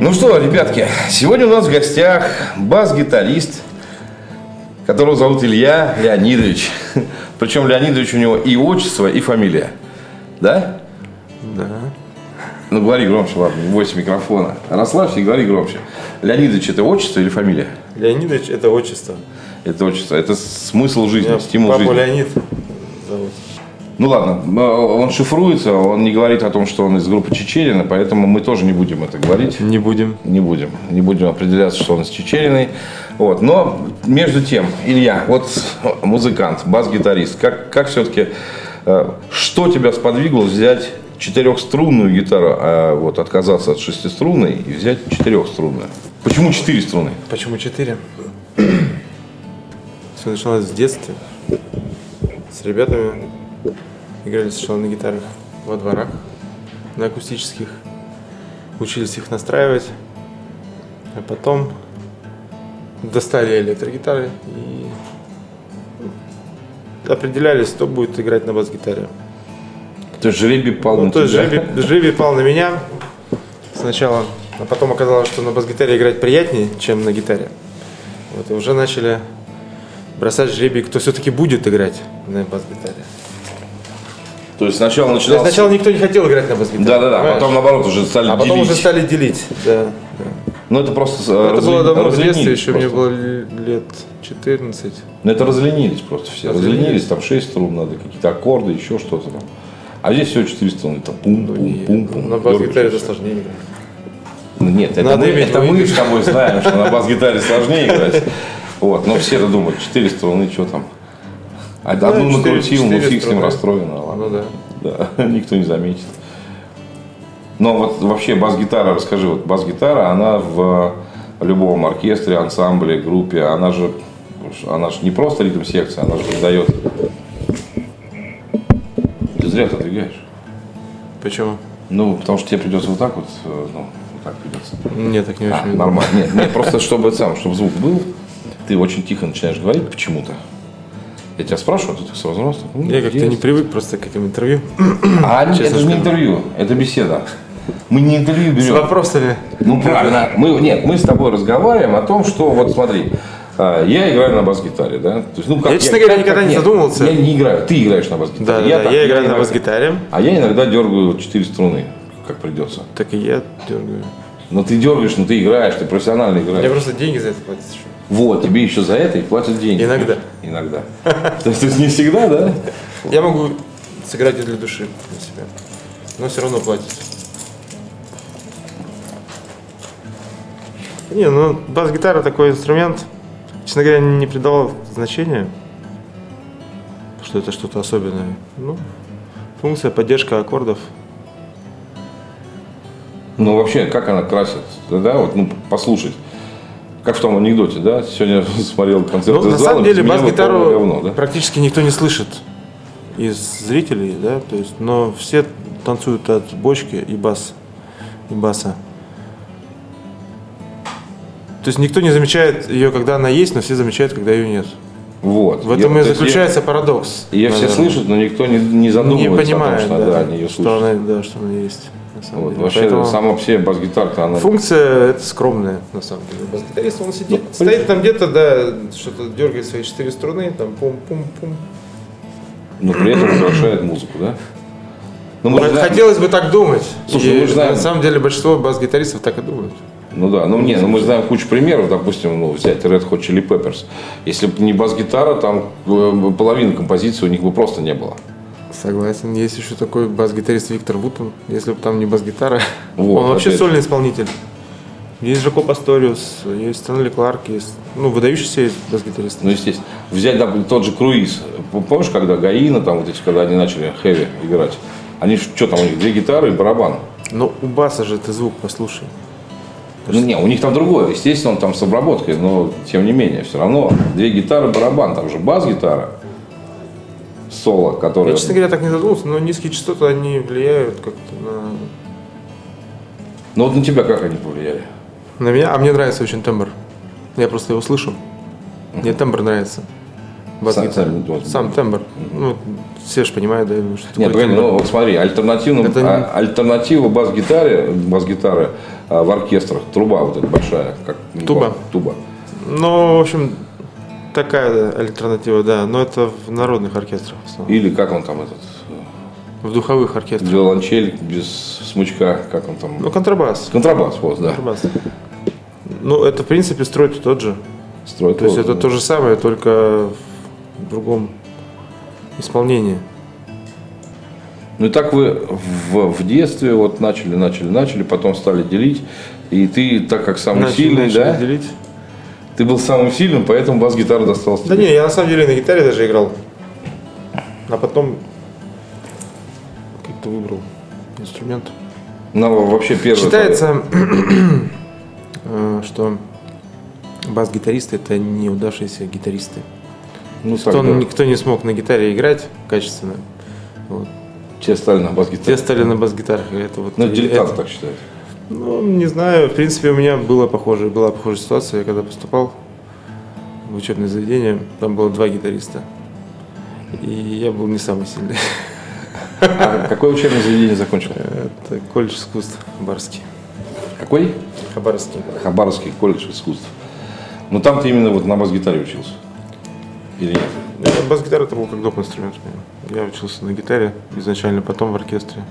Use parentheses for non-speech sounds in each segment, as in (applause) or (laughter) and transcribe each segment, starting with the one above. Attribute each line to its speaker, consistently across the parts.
Speaker 1: Ну что, ребятки, сегодня у нас в гостях бас-гитарист, которого зовут Илья Леонидович. (laughs) Причем Леонидович у него и отчество, и фамилия. Да?
Speaker 2: Да.
Speaker 1: Ну говори громче, ладно, не бойся микрофона. Расслабься и говори громче. Леонидович это отчество или фамилия?
Speaker 2: Леонидович это отчество.
Speaker 1: Это отчество, это смысл жизни,
Speaker 2: Меня
Speaker 1: стимул
Speaker 2: папу
Speaker 1: жизни.
Speaker 2: Леонид зовут.
Speaker 1: Ну ладно, э, он шифруется, он не говорит о том, что он из группы Чечерина, поэтому мы тоже не будем это говорить.
Speaker 2: Не будем.
Speaker 1: Не будем, не будем определяться, что он из Чечериной. Вот. Но между тем, Илья, вот музыкант, бас-гитарист, как, как все-таки, что тебя сподвигло взять четырехструнную гитару, а вот отказаться от шестиструнной и взять четырехструнную? Почему четыре струны?
Speaker 2: Почему (clears throat) четыре? Все началось с детства. С ребятами играли сначала на гитарах во дворах, на акустических. Учились их настраивать. А потом достали электрогитары и ну, определялись, кто будет играть на бас-гитаре.
Speaker 1: То есть жребий пал
Speaker 2: Ну,
Speaker 1: на
Speaker 2: то есть
Speaker 1: тебя.
Speaker 2: жребий, жребий пал на меня сначала, а потом оказалось, что на бас-гитаре играть приятнее, чем на гитаре. Вот, и уже начали бросать жребий, кто все-таки будет играть на бас-гитаре.
Speaker 1: То есть сначала
Speaker 2: То есть
Speaker 1: начинался...
Speaker 2: Сначала никто не хотел играть на бас-гитаре.
Speaker 1: Да-да-да, а
Speaker 2: понимаешь?
Speaker 1: потом наоборот уже стали
Speaker 2: А потом
Speaker 1: делить.
Speaker 2: уже стали делить. Да. да.
Speaker 1: Ну это просто... э,
Speaker 2: Это было
Speaker 1: разлени-
Speaker 2: давно в
Speaker 1: разленились
Speaker 2: детстве, еще
Speaker 1: просто.
Speaker 2: мне было л- лет 14.
Speaker 1: Ну это разленились просто все. Разленились,
Speaker 2: Разленились.
Speaker 1: там 6 струн надо, какие-то аккорды, еще что-то там. А здесь все 4 струны, там
Speaker 2: И
Speaker 1: пум-пум-пум-пум.
Speaker 2: ну, на бас-гитаре это сложнее играть.
Speaker 1: Ну, Нет, это,
Speaker 2: Надо
Speaker 1: мы,
Speaker 2: иметь
Speaker 1: это
Speaker 2: на
Speaker 1: мы с тобой знаем, что на бас-гитаре сложнее играть. Вот, но все это думают, 4 струны, что там. Одну
Speaker 2: четыре-
Speaker 1: накрутил, ну
Speaker 2: четыре
Speaker 1: фиг с ним
Speaker 2: струны.
Speaker 1: расстроено, ладно.
Speaker 2: Ну да.
Speaker 1: Да, (laughs) никто не заметит. Но вот вообще бас-гитара, расскажи, вот бас-гитара, она в любом оркестре, ансамбле, группе, она же, она же не просто ритм-секция, она же дает... Ты зря ты двигаешь.
Speaker 2: Почему?
Speaker 1: Ну, потому что тебе придется вот так вот, э, ну, вот так придется.
Speaker 2: Мне так не
Speaker 1: А,
Speaker 2: очень.
Speaker 1: нормально. Нет, нет, просто чтобы это сам, чтобы звук был, ты очень тихо начинаешь говорить почему-то. Я тебя спрашиваю, а ты так сразу раз. так, ну,
Speaker 2: Я как-то не
Speaker 1: есть.
Speaker 2: привык просто к этим интервью.
Speaker 1: А, нет, это
Speaker 2: честно
Speaker 1: же не
Speaker 2: скажу.
Speaker 1: интервью, это беседа. Мы не интервью
Speaker 2: С
Speaker 1: берем.
Speaker 2: вопросами.
Speaker 1: Ну правильно. Мы, нет, мы с тобой разговариваем о том, что вот смотри, а, я играю на бас-гитаре, да? То есть, ну, как,
Speaker 2: Я, честно говоря, никогда не
Speaker 1: нет,
Speaker 2: задумывался.
Speaker 1: Я не играю, ты играешь на бас-гитаре.
Speaker 2: Да, да, да,
Speaker 1: так,
Speaker 2: я играю на
Speaker 1: иногда-
Speaker 2: бас-гитаре.
Speaker 1: А я иногда дергаю четыре струны, как придется.
Speaker 2: Так и я дергаю.
Speaker 1: Но ты дергаешь, но ты играешь, ты профессионально играешь.
Speaker 2: Мне просто деньги за это платят. еще.
Speaker 1: Вот, тебе еще за это и платят деньги.
Speaker 2: Иногда.
Speaker 1: Иногда. (laughs) То есть то есть не всегда, да?
Speaker 2: Я могу сыграть и для души для себя. Но все равно платят. Не, ну бас-гитара такой инструмент. Честно говоря, не придавал значения, что это что-то особенное. Ну, функция поддержка аккордов.
Speaker 1: Ну вообще, как она красит, да, да, вот, ну, послушать. Как в том анекдоте, да? Сегодня (laughs) смотрел концерт
Speaker 2: Ну,
Speaker 1: из
Speaker 2: на
Speaker 1: зала,
Speaker 2: самом деле
Speaker 1: без меня было
Speaker 2: бас-гитару
Speaker 1: полное говно, да?
Speaker 2: практически никто не слышит из зрителей, да, то есть, но все танцуют от бочки и бас, и баса. То есть никто не замечает ее, когда она есть, но все замечают, когда ее нет.
Speaker 1: Вот.
Speaker 2: В этом
Speaker 1: Я-
Speaker 2: и
Speaker 1: то есть я-
Speaker 2: заключается парадокс.
Speaker 1: Ее все
Speaker 2: наверное.
Speaker 1: слышат, но никто не, не
Speaker 2: не
Speaker 1: задумывается
Speaker 2: понимают,
Speaker 1: о том, что, да, они ее
Speaker 2: что
Speaker 1: слышат.
Speaker 2: она, да, что она есть. на самом
Speaker 1: Вот,
Speaker 2: деле.
Speaker 1: вообще,
Speaker 2: Поэтому
Speaker 1: сама по себе бас-гитарка, она...
Speaker 2: Функция это скромная, на самом деле. Бас-гитарист, он сидит,
Speaker 1: Ну,
Speaker 2: стоит там где-то, да, что-то дергает свои четыре струны, там пум-пум-пум.
Speaker 1: Но ну, при этом украшает музыку, да? Ну, мы же знаем-
Speaker 2: Хотелось бы так думать.
Speaker 1: Слушай,
Speaker 2: И
Speaker 1: мы же знаем.
Speaker 2: На самом деле большинство бас-гитаристов так и думают.
Speaker 1: Ну да, ну не, ну мы знаем кучу примеров, допустим, ну, взять Red Hot Chili Peppers. Если бы не бас-гитара, там э, половины композиции у них бы просто не было.
Speaker 2: Согласен. Есть еще такой бас-гитарист Виктор Вутон. Если бы там не бас-гитара.
Speaker 1: Вот,
Speaker 2: Он вообще
Speaker 1: опять же.
Speaker 2: сольный исполнитель. Есть Жако Пасториус, есть Стэнли Кларк, есть, ну, выдающиеся есть бас-гитаристы.
Speaker 1: Ну, естественно. Взять, допустим, тот же круиз. П- Помнишь, когда Гаина, там вот эти, когда они начали хэви играть? Они что там, у них две гитары и барабан.
Speaker 2: Но у баса же ты звук послушай.
Speaker 1: Ну, не, у них там другое, естественно, он там с обработкой, но тем не менее, все равно две гитары, барабан, там же бас-гитара, соло,
Speaker 2: Я,
Speaker 1: который...
Speaker 2: честно говоря, так не задумывался, но низкие частоты, они влияют как-то на...
Speaker 1: Ну, вот на тебя как они повлияли?
Speaker 2: на меня. А мне нравится очень тембр. Я просто его слышу. Мне тембр нравится. бас-гитаре.
Speaker 1: Сам- сам-
Speaker 2: Сам тембр. Ну, все же понимают, да, что
Speaker 1: Нет,
Speaker 2: такое
Speaker 1: погоди,
Speaker 2: тембр.
Speaker 1: ну вот смотри, альтернативным,
Speaker 2: Это не-
Speaker 1: а, альтернатива бас-гитаре, бас-гитары а, в оркестрах, труба вот эта большая, как ну,
Speaker 2: Туба.
Speaker 1: туба.
Speaker 2: Ну, в общем, такая альтернатива, да. Но это в народных оркестрах в основном.
Speaker 1: Или как он там этот
Speaker 2: В духовых оркестрах.
Speaker 1: виолончель без смычка, как он там?
Speaker 2: Ну, контрабас.
Speaker 1: Контрабас, вот, да.
Speaker 2: Контрабас. Ну, это, в принципе, строй тот же.
Speaker 1: Строит
Speaker 2: То есть
Speaker 1: вот,
Speaker 2: это
Speaker 1: да.
Speaker 2: то же самое, только в другом исполнении.
Speaker 1: Ну и так вы в, в детстве вот начали, начали, начали, потом стали делить. И ты, так как самый
Speaker 2: Начали-
Speaker 1: сильный,
Speaker 2: начали
Speaker 1: да?
Speaker 2: делить.
Speaker 1: Ты был самым сильным, поэтому бас-гитара досталась
Speaker 2: Да
Speaker 1: тебе.
Speaker 2: не, я на самом деле на гитаре даже играл. А потом как-то выбрал инструмент.
Speaker 1: Ну, вообще первое.
Speaker 2: Считается, (clears throat) э, что бас-гитаристы это неудавшиеся гитаристы.
Speaker 1: Ну, так,
Speaker 2: Кто,
Speaker 1: да.
Speaker 2: Никто не смог на гитаре играть качественно. Вот.
Speaker 1: Все стали на
Speaker 2: Те
Speaker 1: бас-гитаре.
Speaker 2: стали на бас-гитарах. и Это вот,
Speaker 1: Ну,
Speaker 2: и
Speaker 1: дилетанты
Speaker 2: это-
Speaker 1: так считают.
Speaker 2: Ну, не знаю. В принципе, у меня было похоже, была похожая ситуация. Я когда поступал в учебное заведение, там было два гитариста. И я был не самый сильный.
Speaker 1: А какое учебное заведение закончил?
Speaker 2: Это колледж искусств Хабаровский.
Speaker 1: Какой?
Speaker 2: Хабаровский.
Speaker 1: Хабаровский колледж искусств. Ну там ты именно вот на бас-гитаре учился. Или нет?
Speaker 2: Я- Ну, Бас-гитара это был как доп. инструмент. у меня. Я учился на гитаре изначально, потом в оркестре.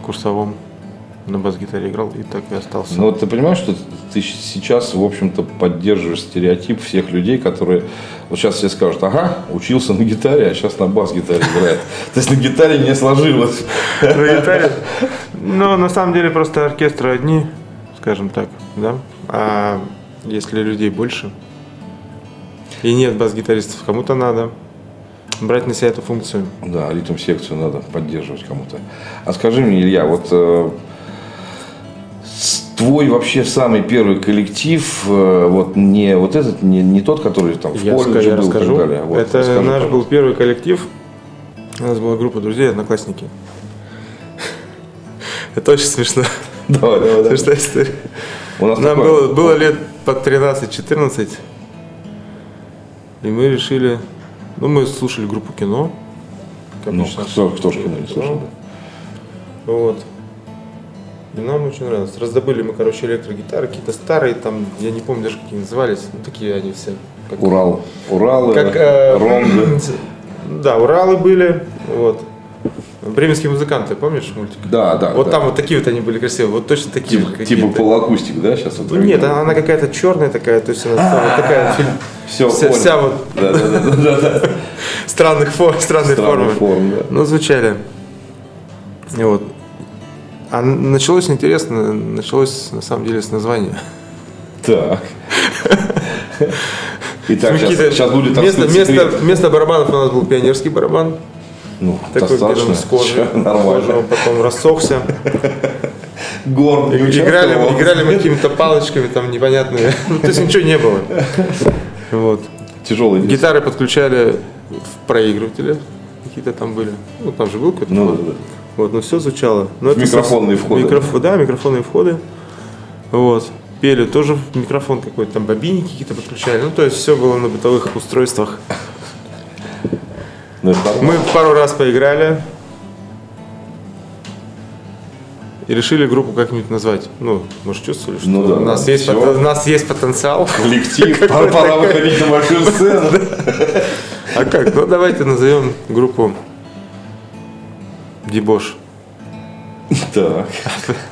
Speaker 2: В курсовом на бас-гитаре играл и так и остался.
Speaker 1: Ну вот ты понимаешь, что ты щ- сейчас, в общем-то, поддерживаешь стереотип всех людей, которые вот сейчас все скажут, ага, учился на гитаре, а сейчас на бас-гитаре играет. То есть на гитаре не сложилось.
Speaker 2: На гитаре? Ну, на самом деле просто оркестры одни, скажем так, да? А если людей больше, и нет бас-гитаристов, кому-то надо брать на себя эту функцию.
Speaker 1: Да, ритм-секцию надо поддерживать кому-то. А скажи мне, Илья, вот э, с- твой вообще самый первый коллектив, э, вот не вот этот, не, не тот, который там в колледже
Speaker 2: ска-
Speaker 1: был и так далее. а Вот,
Speaker 2: Это
Speaker 1: расскажи,
Speaker 2: наш
Speaker 1: пожалуйста.
Speaker 2: был первый коллектив. У нас была группа друзей, одноклассники. (laughs) Это очень смешно.
Speaker 1: (laughs)
Speaker 2: (laughs)
Speaker 1: Давай, давай, давай.
Speaker 2: Смешная история.
Speaker 1: У нас
Speaker 2: Нам
Speaker 1: А такое-
Speaker 2: было, было лет по 13-14. И мы решили... Ну, мы слушали группу кино. как
Speaker 1: Ну,
Speaker 2: обычно.
Speaker 1: кто, кто ж кино не слушал, да?
Speaker 2: Вот. И нам очень нравилось. Раздобыли мы, короче, электрогитары, какие-то старые, там, я не помню даже, какие назывались, ну, такие они все. как-
Speaker 1: Урал. Урал,
Speaker 2: как, э,
Speaker 1: Ронго.
Speaker 2: (clears throat) Да, Уралы были, вот. Бременские музыканты, помнишь мультик?
Speaker 1: Да, да.
Speaker 2: Вот
Speaker 1: да.
Speaker 2: там вот такие вот они были красивые, вот точно такие же
Speaker 1: Типа,
Speaker 2: какие-то.
Speaker 1: типа полуакустик, да, сейчас?
Speaker 2: Ну, нет, она, она какая-то черная такая, то есть она вся вот такая
Speaker 1: Все,
Speaker 2: вся, вся вот
Speaker 1: Да, да, да, да, да.
Speaker 2: (laughs) странных форм, странной
Speaker 1: Странная
Speaker 2: формы.
Speaker 1: форма, да.
Speaker 2: Ну, звучали. И вот. А н- началось интересно, началось на самом деле с названия.
Speaker 1: Так.
Speaker 2: (laughs)
Speaker 1: Итак, сейчас,
Speaker 2: Какие-то-
Speaker 1: сейчас будет
Speaker 2: вместо,
Speaker 1: раскрыт секрет.
Speaker 2: вместо, вместо барабанов у нас был пионерский барабан.
Speaker 1: Ну,
Speaker 2: Такой где
Speaker 1: достаточно.
Speaker 2: он с кожи.
Speaker 1: Чё, Нормально.
Speaker 2: кожи, он потом рассохся.
Speaker 1: Горн не
Speaker 2: Играли,
Speaker 1: участвовал.
Speaker 2: мы- играли мы какими-то палочками там непонятными. (laughs) Ну, то есть ничего не было. Вот.
Speaker 1: Тяжелый диск.
Speaker 2: Гитары подключали в проигрыватели. Какие-то там были. Ну, там же был какой-то
Speaker 1: Ну, да, да.
Speaker 2: Вот, но все звучало. Но это
Speaker 1: Микрофонные
Speaker 2: совсем-
Speaker 1: входы.
Speaker 2: микроф- Да, микрофонные входы. Вот. Пели тоже в микрофон какой-то, там бобинники какие-то подключали. Ну, то есть все было на бытовых устройствах.
Speaker 1: Ну, это нормально.
Speaker 2: Мы пару раз поиграли. И решили группу как-нибудь назвать. Ну, мы же чувствовали, что
Speaker 1: Ну да,
Speaker 2: у, нас
Speaker 1: да,
Speaker 2: есть
Speaker 1: всё.
Speaker 2: потен- у нас есть
Speaker 1: (laughs)
Speaker 2: потенциал.
Speaker 1: Коллектив, пора,
Speaker 2: (laughs) Какой-то
Speaker 1: пора
Speaker 2: такой.
Speaker 1: выходить на
Speaker 2: (laughs)
Speaker 1: большую сцену.
Speaker 2: А как? Ну, давайте назовем группу Дебош. (laughs)
Speaker 1: Так.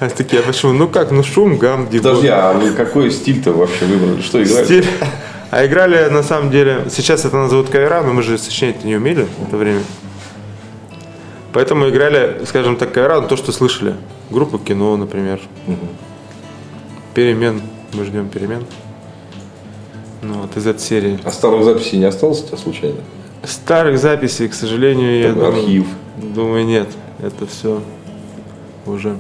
Speaker 2: А такие, а почему? Ну как, ну шум, гам, дебош.
Speaker 1: Подожди, а вы какой стиль-то вообще выбрали? Что играть?
Speaker 2: Стиль. А играли на самом деле, сейчас это назовут кавера, но мы же сочинять не умели в это время. Поэтому играли, скажем так, кавера, но то, что слышали. Группу кино, например. Перемен. Мы ждем перемен. Ну вот, из этой серии.
Speaker 1: А старых записей не осталось у тебя случайно?
Speaker 2: Старых записей, к сожалению, я
Speaker 1: Такой
Speaker 2: думаю,
Speaker 1: архив.
Speaker 2: думаю, нет. Это все уже.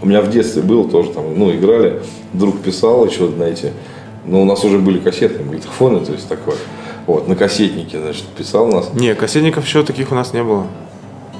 Speaker 1: У меня в детстве было тоже там, ну, играли, друг писал еще, знаете, но у нас уже были кассетные магнитофоны, то есть такое. Вот, на кассетнике, значит, писал у нас.
Speaker 2: Не, кассетников еще таких у нас не было.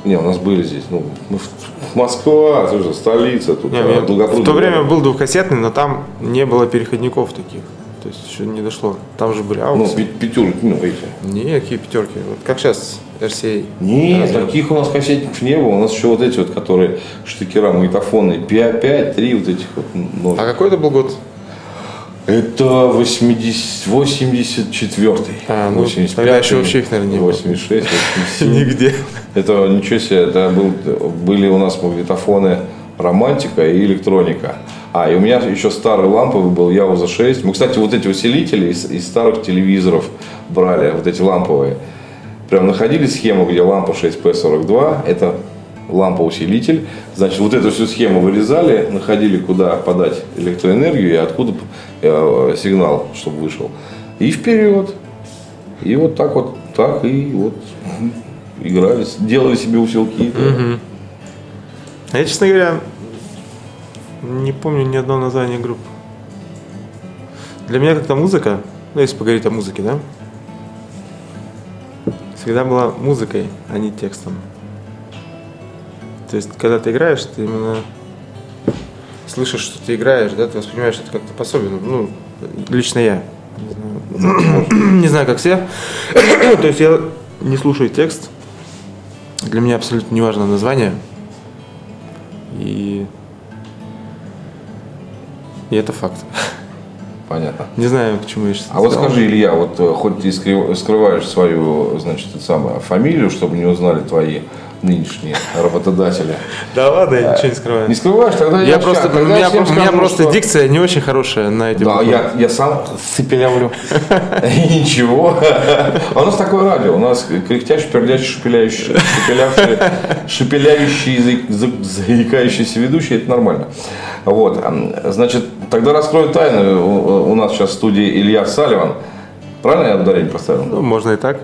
Speaker 1: Не, у нас были здесь, ну, мы в- Москва, ты же столица, тут
Speaker 2: Не,
Speaker 1: а,
Speaker 2: у меня
Speaker 1: Долгопрудный
Speaker 2: в то время
Speaker 1: город.
Speaker 2: был двухкассетный, но там не было переходников таких. То есть еще не дошло. Там же были
Speaker 1: Ну,
Speaker 2: ауксы.
Speaker 1: пи- пятерки, ну, эти.
Speaker 2: Не, какие пятерки. Вот как сейчас RCA.
Speaker 1: Нет,
Speaker 2: Разве-
Speaker 1: таких у нас кассетников не было. У нас еще вот эти вот, которые штыкера, магнитофоны, 5, 3 вот этих вот ножек.
Speaker 2: А какой это был год?
Speaker 1: Это 80, 84
Speaker 2: А, ну, тогда еще вообще их, наверное, не было.
Speaker 1: 86, 87.
Speaker 2: Нигде.
Speaker 1: Это ничего себе, это был, были у нас магнитофоны романтика и электроника. А, и у меня еще старый ламповый был Яуза 6. Мы, кстати, вот эти усилители из, из старых телевизоров брали, вот эти ламповые. Прям находили схему, где лампа 6P42, это лампа-усилитель. Значит, вот эту всю схему вырезали, находили, куда подать электроэнергию и откуда э, сигнал, чтобы вышел. И вперед. И вот так вот, так и вот играли, с- делали себе усилки. да.
Speaker 2: А я, честно говоря, не помню ни одного названия групп. Для меня как-то музыка, ну если поговорить о музыке, да, всегда была музыкой, а не текстом. То есть, когда ты играешь, ты именно слышишь, что ты играешь, да, ты воспринимаешь это как-то по-особенному. Ну, лично я. Не знаю, не знаю, как все. (coughs) То есть я не слушаю текст. Для меня абсолютно не важно название. И... И это факт. (laughs)
Speaker 1: Понятно.
Speaker 2: Не знаю, почему я сейчас
Speaker 1: А вот скажи, Илья, вот э, хоть ты и скры- скрываешь свою, значит, это самое, фамилию, чтобы не узнали твои нынешние работодатели.
Speaker 2: Да ладно, я ничего не скрываю.
Speaker 1: Не скрываешь, тогда
Speaker 2: Я
Speaker 1: щас-
Speaker 2: просто, ну, у
Speaker 1: тогда
Speaker 2: меня,
Speaker 1: всем
Speaker 2: просто- у меня
Speaker 1: скажу,
Speaker 2: просто
Speaker 1: что-
Speaker 2: дикция не очень хорошая на эти
Speaker 1: Да,
Speaker 2: буквы.
Speaker 1: я, я сам сыпелявлю. И (laughs) ничего. А у нас такое радио. У нас кряхтящий, пердящий, шепеляющий, шепелявший, шепеляющий, заи- за- заикающийся ведущий. Это нормально. Вот. а, Значит, тогда раскрою тайну. У у нас сейчас в студии Илья Салливан. Правильно я ударение поставил?
Speaker 2: Ну, можно и так.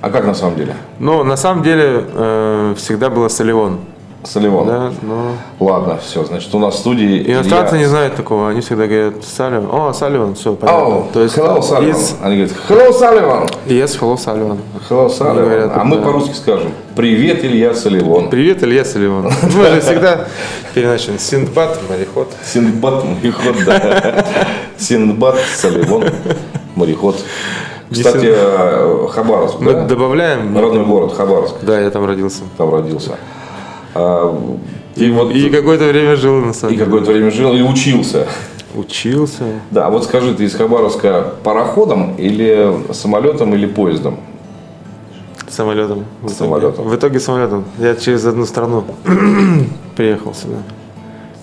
Speaker 1: А как на самом деле?
Speaker 2: Но на самом деле э, всегда было Соливон.
Speaker 1: Салливан.
Speaker 2: Да, но...
Speaker 1: Ладно, все. Значит, у нас в студии
Speaker 2: Иностранцы
Speaker 1: Илья-
Speaker 2: не знают такого, они всегда говорят Салливан. О, Салливан, все, понятно.
Speaker 1: Ау,
Speaker 2: То есть
Speaker 1: hello, Салливан.
Speaker 2: из-
Speaker 1: Они говорят, hello, Салливан.
Speaker 2: Yes, hello, Салливан.
Speaker 1: Hello, Салливан.
Speaker 2: говорят,
Speaker 1: а мы
Speaker 2: да.
Speaker 1: по-русски скажем. Привет, Илья Салливон.
Speaker 2: Привет, Илья Салливан. Мы же всегда переначали Синдбад, мореход.
Speaker 1: Синдбад мореход, да. Синдбад, Салливон, мореход. Кстати,
Speaker 2: Син-
Speaker 1: э, Хабаровск,
Speaker 2: Мы
Speaker 1: да?
Speaker 2: добавляем.
Speaker 1: Родной город Хабаровск,
Speaker 2: Да, я там родился.
Speaker 1: там родился. А, И вот
Speaker 2: И
Speaker 1: и
Speaker 2: какое-то время жил, на самом деле.
Speaker 1: какое-то время жил и учился.
Speaker 2: Учился.
Speaker 1: Да, а вот скажи, ты из Хабаровска пароходом или самолетом или поездом?
Speaker 2: Самолетом. В итоге.
Speaker 1: Самолетом.
Speaker 2: В итоге самолетом. Я через одну страну (clears throat) приехал сюда.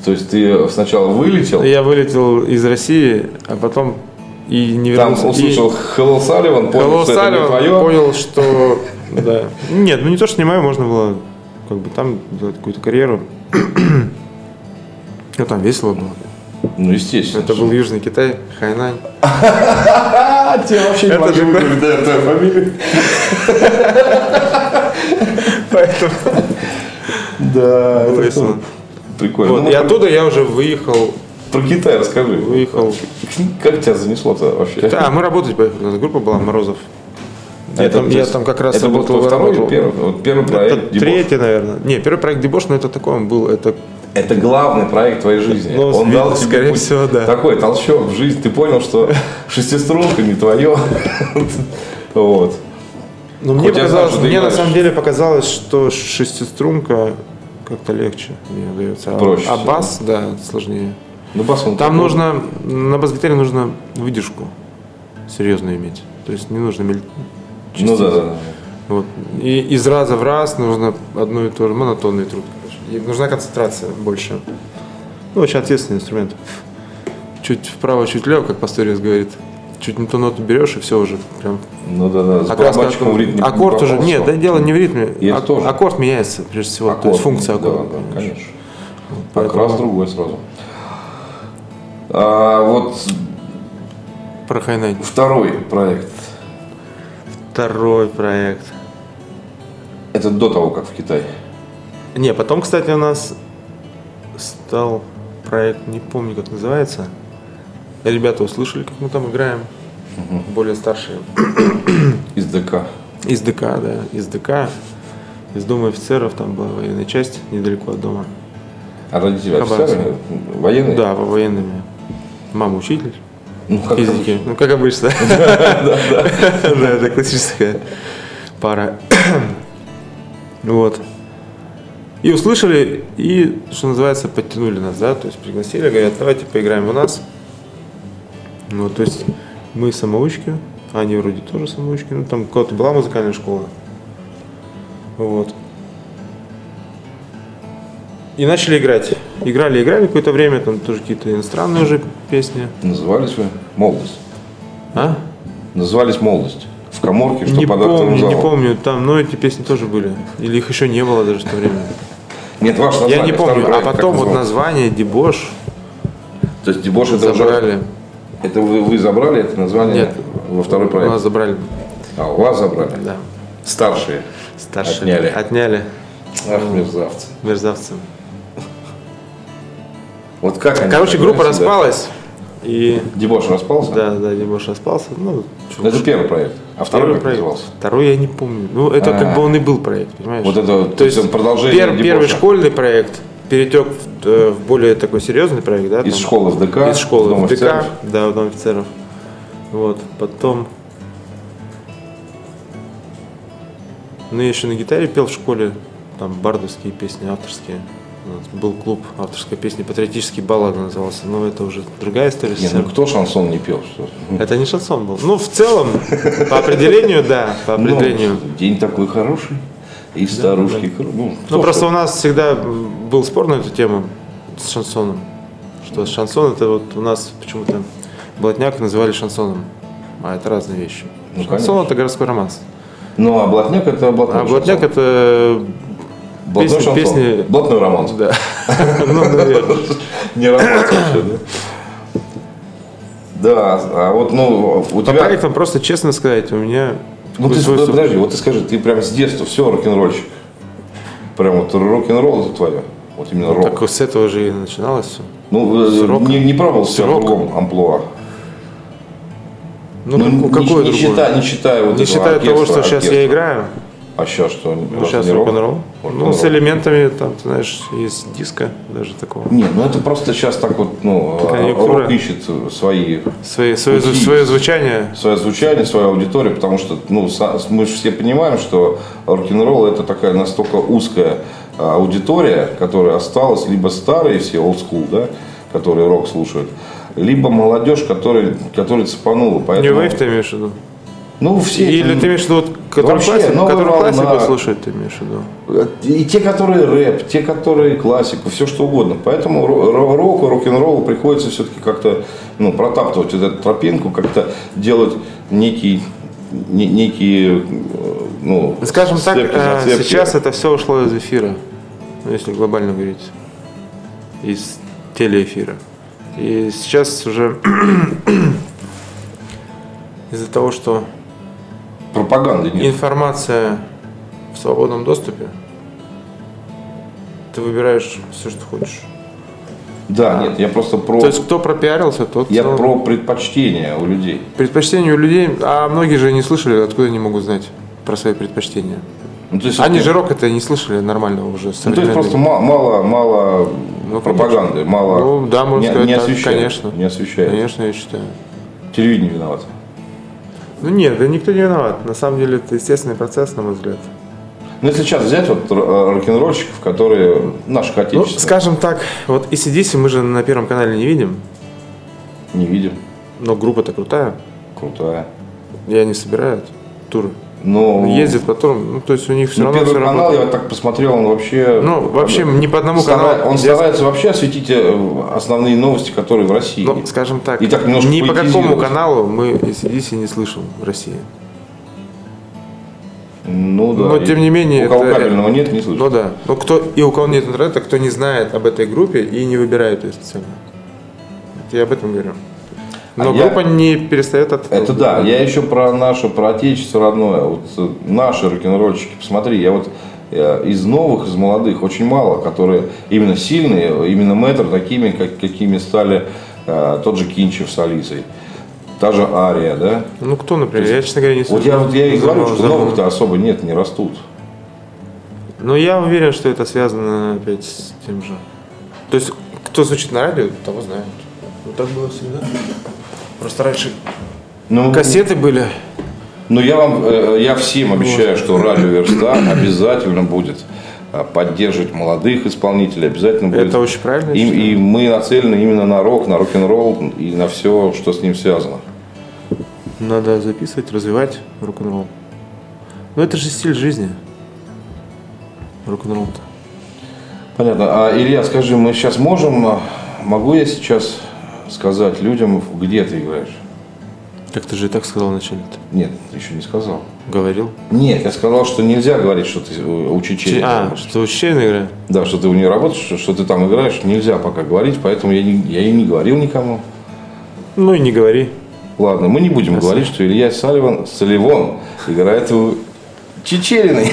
Speaker 1: То есть ты сначала вылетел,
Speaker 2: Я вылетел из России, а потом и не
Speaker 1: там
Speaker 2: вернулся. И
Speaker 1: услышал Hello, Салливан, понял,
Speaker 2: Hello,
Speaker 1: что это не
Speaker 2: Салливан,
Speaker 1: твое.
Speaker 2: понял, что...
Speaker 1: (laughs)
Speaker 2: Да. Нет, ну не то, что не мое, можно было как бы там делать какую-то карьеру. (clears throat) Ну, там весело было.
Speaker 1: Ну, естественно.
Speaker 2: Это был Южный Китай, Хайнань.
Speaker 1: А, тебе вообще не
Speaker 2: Это
Speaker 1: могу
Speaker 2: же-
Speaker 1: говорить, да, твою фамилию.
Speaker 2: Поэтому...
Speaker 1: Да, это
Speaker 2: Весело.
Speaker 1: тоже Прикольно.
Speaker 2: Вот,
Speaker 1: Ну,
Speaker 2: и
Speaker 1: про-
Speaker 2: оттуда я уже выехал,
Speaker 1: Про Китай расскажи.
Speaker 2: выехал
Speaker 1: Как тебя занесло-то вообще?
Speaker 2: Да, мы работать поехали. У нас группа была Морозов. Я,
Speaker 1: Это,
Speaker 2: там,
Speaker 1: то
Speaker 2: я
Speaker 1: есть,
Speaker 2: там как раз
Speaker 1: это был
Speaker 2: работал.
Speaker 1: твой второй или
Speaker 2: работал.
Speaker 1: первый? Вот первый
Speaker 2: Это
Speaker 1: проект «Дебош».
Speaker 2: третий, наверное. Не, первый проект Дебош, но это такой он был. Это
Speaker 1: Это главный проект твоей жизни.
Speaker 2: Ну,
Speaker 1: Он дал
Speaker 2: видно,
Speaker 1: тебе
Speaker 2: скорее
Speaker 1: путь.
Speaker 2: всего, да.
Speaker 1: такой толчок в жизнь. Ты понял, что (laughs) шестиструнка не твое. (laughs) Вот.
Speaker 2: Ну,
Speaker 1: Хоть
Speaker 2: мне
Speaker 1: я знаю,
Speaker 2: показалось,
Speaker 1: что ты
Speaker 2: мне на
Speaker 1: играешь.
Speaker 2: самом деле показалось, что шестиструнка как-то легче мне дается. А-
Speaker 1: Проще
Speaker 2: А
Speaker 1: всего.
Speaker 2: бас, да, сложнее.
Speaker 1: Ну, посмотрим.
Speaker 2: Там нужно, на бас-гитаре нужно выдержку серьезную иметь. То есть не нужно мель-
Speaker 1: Ну, да, да. да.
Speaker 2: Вот. И из раза в раз нужно одну и ту же монотонную трубку. короче. И нужна концентрация больше. Ну, очень ответственный инструмент. Чуть вправо, чуть влево, как Пасторис говорит. Чуть не ту ноту берешь, и все уже прям.
Speaker 1: Ну, да, да. С
Speaker 2: Окраска
Speaker 1: барабанщиком в
Speaker 2: от-
Speaker 1: ритм не- не
Speaker 2: аккорд уже.
Speaker 1: попался.
Speaker 2: Нет, да дело не в ритме.
Speaker 1: И это
Speaker 2: Ак-
Speaker 1: тоже.
Speaker 2: Аккорд меняется, прежде всего. то
Speaker 1: Аккорд,
Speaker 2: есть функция
Speaker 1: да,
Speaker 2: аккорда.
Speaker 1: да,
Speaker 2: конечно.
Speaker 1: конечно. Окрас другой сразу. А, вот
Speaker 2: Про Хайнань.
Speaker 1: второй проект.
Speaker 2: Второй проект.
Speaker 1: Это до того, как в Китай.
Speaker 2: Не, потом, кстати, у нас стал проект, не помню, как называется. Ребята услышали, как мы там играем. Более старшие.
Speaker 1: Из ДК.
Speaker 2: Из ДК, да, из ДК. Из Дома офицеров, там была военная часть, недалеко от дома.
Speaker 1: А родители
Speaker 2: Хабаровск.
Speaker 1: офицеры? Военные?
Speaker 2: Да, во- военными. Мама учитель.
Speaker 1: Ну, как
Speaker 2: физики. Ну, как (laughs) обычно. Да, это классическая пара. Вот. И услышали, и, что называется, подтянули нас, да, то есть пригласили, говорят, давайте поиграем у нас. Ну, то есть мы самоучки, а они вроде тоже самоучки, ну, там какая-то была музыкальная школа. Вот. И начали играть. Играли, играли какое-то время, там тоже какие-то иностранные уже песни.
Speaker 1: Назывались вы? Молодость.
Speaker 2: А?
Speaker 1: Назывались молодость. В коморке, что
Speaker 2: Не
Speaker 1: под актовым
Speaker 2: помню, не
Speaker 1: залом.
Speaker 2: помню, там, но эти песни тоже были. Или их еще не было даже в то время.
Speaker 1: Нет, ваш
Speaker 2: Я
Speaker 1: название,
Speaker 2: не помню.
Speaker 1: второй
Speaker 2: А
Speaker 1: проект, как
Speaker 2: потом вот
Speaker 1: назывался?
Speaker 2: название Дебош
Speaker 1: То есть дебош это уже...
Speaker 2: забрали.
Speaker 1: Это вы, вы забрали это название
Speaker 2: Нет.
Speaker 1: во второй
Speaker 2: У
Speaker 1: проект?
Speaker 2: нас Ну, забрали,
Speaker 1: А, у вас забрали?
Speaker 2: да.
Speaker 1: Старшие.
Speaker 2: Старшие.
Speaker 1: Отняли.
Speaker 2: Отняли
Speaker 1: Ах, мерзавцы.
Speaker 2: мерзавцы.
Speaker 1: Вот как они
Speaker 2: Короче, группа
Speaker 1: собирались, да?
Speaker 2: распалась. И
Speaker 1: Дебош распался?
Speaker 2: да, да, Дебош распался. Ну,
Speaker 1: Ну, Это первый проект. А второй как назывался? А.
Speaker 2: Второй я не помню. Ну, это как бы он и был проект, понимаешь?
Speaker 1: Вот это, то есть он продолжение
Speaker 2: пер- первый
Speaker 1: «Дебоша».
Speaker 2: школьный проект перетек в, э, в более такой серьезный проект, да?
Speaker 1: Из
Speaker 2: там,
Speaker 1: школы в ДК,
Speaker 2: Из школы
Speaker 1: в Дом
Speaker 2: в ДК,
Speaker 1: офицеров.
Speaker 2: да, в Дом офицеров. Вот, потом... Ну, я еще на гитаре пел в школе, там, бардовские песни, авторские. Вот, был клуб авторской песни, патриотический баллад назывался, но это уже другая история.
Speaker 1: Нет,
Speaker 2: совсем.
Speaker 1: ну кто шансон не пел? Что?
Speaker 2: Это не шансон был. Ну, в целом, по определению, да, по определению.
Speaker 1: Ну, день такой хороший. И старушки кру- Ну, кто
Speaker 2: Ну, просто
Speaker 1: что?
Speaker 2: у нас всегда м, был спор на эту тему с шансоном. Что шансон это вот у нас почему-то блатняк называли шансоном. А это разные вещи.
Speaker 1: Ну,
Speaker 2: шансон
Speaker 1: конечно.
Speaker 2: это городской романс.
Speaker 1: Ну, а блатняк это блатной
Speaker 2: А блатняк
Speaker 1: шансон.
Speaker 2: это
Speaker 1: Блатной
Speaker 2: песни-
Speaker 1: шансон.
Speaker 2: песни-
Speaker 1: Блатной романс.
Speaker 2: (coughs) да. (laughs) Ну,
Speaker 1: (laughs)
Speaker 2: наверное.
Speaker 1: Не романс вообще, да? Да, а вот, ну, у
Speaker 2: По
Speaker 1: тебя...
Speaker 2: проектам просто честно сказать, у меня
Speaker 1: Ну, ты,
Speaker 2: свойство-
Speaker 1: подожди, вот ты скажи, ты прям с детства все рок-н-ролльщик. Прям вот рок-н-ролл это твое. Вот именно рок.
Speaker 2: так с этого же и начиналось все.
Speaker 1: ну,
Speaker 2: с
Speaker 1: э,
Speaker 2: роком.
Speaker 1: не, не пробовал себя в
Speaker 2: роком.
Speaker 1: другом амплуа.
Speaker 2: Ну,
Speaker 1: не-
Speaker 2: как- какое
Speaker 1: не,
Speaker 2: другое?
Speaker 1: считая, не считая вот
Speaker 2: Не
Speaker 1: этого
Speaker 2: считая того,
Speaker 1: оркестра,
Speaker 2: что сейчас я
Speaker 1: оркестра.
Speaker 2: играю,
Speaker 1: А сейчас что?
Speaker 2: ну, сейчас
Speaker 1: не
Speaker 2: рок-н-ролл. Ну, с
Speaker 1: Рок-н-ролл.
Speaker 2: элементами, там, ты знаешь, есть диско даже такого.
Speaker 1: Не, ну это просто сейчас так вот, ну, э,
Speaker 2: Конъюнктура.
Speaker 1: рок ищет свои,
Speaker 2: Свои- свое,
Speaker 1: Пути.
Speaker 2: свое звучание.
Speaker 1: свое звучание, свою аудиторию, потому что, ну, са- мы же все понимаем, что рок-н-ролл это такая настолько узкая а, аудитория, которая осталась, либо старые все, old school, да, которые рок слушают, либо молодежь, которая, которая цепанула.
Speaker 2: New
Speaker 1: Поэтому,
Speaker 2: Wave ты имеешь в виду?
Speaker 1: ну, все
Speaker 2: Или
Speaker 1: эти-
Speaker 2: ты имеешь в виду, вот, который
Speaker 1: вообще, ну,
Speaker 2: классику,
Speaker 1: новая
Speaker 2: который
Speaker 1: волна.
Speaker 2: классику слушает, ты имеешь в виду?
Speaker 1: И те, которые рэп, те, которые классику, все что угодно. Поэтому ро- ро- року, рок-н-роллу приходится все-таки как-то ну, протаптывать вот эту тропинку, как-то делать некий, не- некие, э, ну,
Speaker 2: Скажем так,
Speaker 1: сцепки,
Speaker 2: э,
Speaker 1: зацепки.
Speaker 2: сейчас это все ушло из эфира, ну, если глобально говорить, из телеэфира. И сейчас уже (clears throat) из-за того, что
Speaker 1: пропаганды нет.
Speaker 2: информация в свободном доступе, ты выбираешь все, что хочешь.
Speaker 1: Да, нет, я просто про,
Speaker 2: То есть кто пропиарился, тот
Speaker 1: я
Speaker 2: целом-
Speaker 1: про предпочтения у людей.
Speaker 2: Предпочтения у людей, а многие же не слышали, откуда они могут знать про свои предпочтения.
Speaker 1: Ну, то есть,
Speaker 2: Они
Speaker 1: это-
Speaker 2: же рок это не слышали нормального уже.
Speaker 1: ну, то есть
Speaker 2: современного.
Speaker 1: просто ма- мало, мало
Speaker 2: Ну, конечно.
Speaker 1: пропаганды, мало
Speaker 2: Ну, да, можно
Speaker 1: не,
Speaker 2: сказать
Speaker 1: не
Speaker 2: так,
Speaker 1: освещает,
Speaker 2: конечно.
Speaker 1: не освещает.
Speaker 2: Конечно, я считаю.
Speaker 1: Телевидение виноват.
Speaker 2: Ну нет, да никто не виноват. На самом деле это естественный процесс, на мой взгляд.
Speaker 1: Ну, если сейчас взять вот ро- рок-н-ролльщиков, которые э, наших
Speaker 2: Ну,
Speaker 1: отечественных,
Speaker 2: скажем так, вот и сидиси мы же на Первом канале не видим,
Speaker 1: не видим,
Speaker 2: но группа-то крутая,
Speaker 1: крутая.
Speaker 2: и они собирают туры.
Speaker 1: Но
Speaker 2: Ездят по турам, ну то есть у них все
Speaker 1: ну,
Speaker 2: равно
Speaker 1: первый
Speaker 2: все
Speaker 1: канал,
Speaker 2: работает.
Speaker 1: я так посмотрел, он вообще...
Speaker 2: Ну, вообще, ни по одному
Speaker 1: стара-
Speaker 2: каналу.
Speaker 1: Он
Speaker 2: Я-
Speaker 1: старается вообще осветить э, основные новости, которые в России.
Speaker 2: Ну, скажем так,
Speaker 1: И так немножко
Speaker 2: ни по какому
Speaker 1: поэтизировать.
Speaker 2: каналу мы ACDC не слышим в России.
Speaker 1: Ну, да.
Speaker 2: но,
Speaker 1: и
Speaker 2: тем не менее,
Speaker 1: У кого
Speaker 2: это-
Speaker 1: кабельного нет, не
Speaker 2: Ну
Speaker 1: слышно.
Speaker 2: да. Но кто и у кого нет интернета, кто не знает об этой группе и не выбирает ее специально. Вот я об этом говорю. Но
Speaker 1: А я-
Speaker 2: группа не перестает от
Speaker 1: Это да. Я еще про наше, про отечество родное. Вот э, наши рок-н-ролльщики, посмотри, я вот э, из новых, из молодых очень мало, которые именно сильные, именно мэтр такими, как, какими стали э, тот же Кинчев с Алисой, та же Ария, да?
Speaker 2: Ну кто, например? Я, честно говоря, не
Speaker 1: Вот я,
Speaker 2: слежу
Speaker 1: вот я и
Speaker 2: за
Speaker 1: говорю,
Speaker 2: мало-
Speaker 1: что
Speaker 2: за мало.
Speaker 1: новых-то особо нет, не растут.
Speaker 2: Но я уверен, что это связано опять с тем же. То есть, кто звучит на радио, того знают. Ну так было всегда. Просто раньше
Speaker 1: Ну,
Speaker 2: кассеты были.
Speaker 1: Ну, я вам, э, я всем обещаю, что радио Верста обязательно будет э, поддерживать молодых исполнителей, обязательно будет.
Speaker 2: Это очень правильно, я
Speaker 1: И,
Speaker 2: считаю.
Speaker 1: и мы нацелены именно на рок, на рок-н-ролл и на все, что с ним связано.
Speaker 2: Надо записывать, развивать рок-н-ролл. Но это же стиль жизни. Рок-н-ролл-то.
Speaker 1: Понятно. А, Илья, скажи, мы сейчас можем, а, могу я сейчас сказать людям, где ты играешь?
Speaker 2: Как ты же и так сказал вначале-то.
Speaker 1: Нет, ты еще не сказал.
Speaker 2: Говорил.
Speaker 1: Нет, я сказал, что нельзя говорить, что ты э, у чеченцев.
Speaker 2: А, что вообще на игре?
Speaker 1: Да, что ты у нее работаешь, что, что ты там играешь, нельзя пока говорить, поэтому я, не- я и не говорил никому.
Speaker 2: Ну и не говори.
Speaker 1: Ладно, мы не будем говорить, что Илья Салливан, Салливон играет у Чечериной.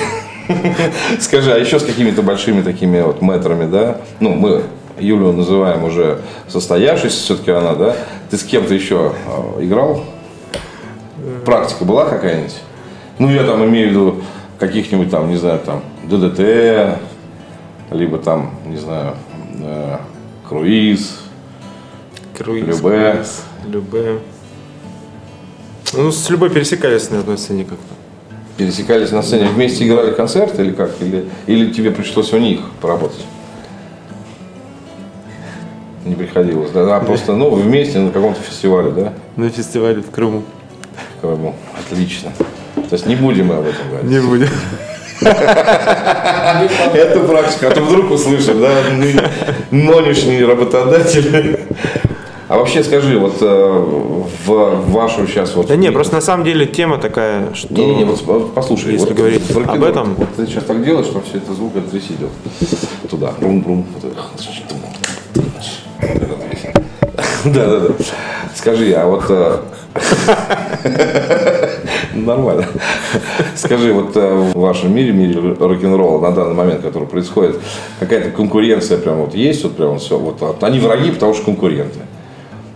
Speaker 1: (laughs) Скажи, а еще с какими-то большими такими вот метрами, да? Ну, мы Юлю называем уже состоявшейся, все-таки она, да? Ты с кем-то еще э, играл? Практика была какая-нибудь? Ну, я там имею в виду каких-нибудь там, не знаю, там, ДДТ, либо там, не знаю, э, круиз.
Speaker 2: Круиз.
Speaker 1: Любэ.
Speaker 2: круиз, Любэ. Ну, с любой пересекались на одной сцене как-то.
Speaker 1: пересекались на сцене, вместе играли концерт или как? Или, или тебе пришлось у них поработать? Не приходилось, да? Да, просто, ну, вы вместе на каком-то фестивале, да?
Speaker 2: На фестивале в Крыму.
Speaker 1: По-моему, Отлично. То есть не будем мы об этом говорить.
Speaker 2: Не будем.
Speaker 1: Это практика, а то вдруг услышат, да, ны- нынешний работодатель. А вообще скажи, вот э, в вашу сейчас вот...
Speaker 2: Да не, просто на самом деле тема такая, что...
Speaker 1: Не, не, не, вот с- вот послушай,
Speaker 2: Если
Speaker 1: вот
Speaker 2: говорить
Speaker 1: в рокидор,
Speaker 2: об этом-
Speaker 1: Вот ты сейчас так делаешь, что все это звук от здесь идет. Туда. Брум-брум. Вот это. Вот это
Speaker 2: (laughs)
Speaker 1: песня. Да, да, да. Скажи, а вот э, (laughs) нормально. Скажи, вот э, в вашем мире, мире рок-н-ролла на данный момент, который происходит, какая-то конкуренция прям вот есть, вот прям все, вот а, они враги, потому что конкуренты.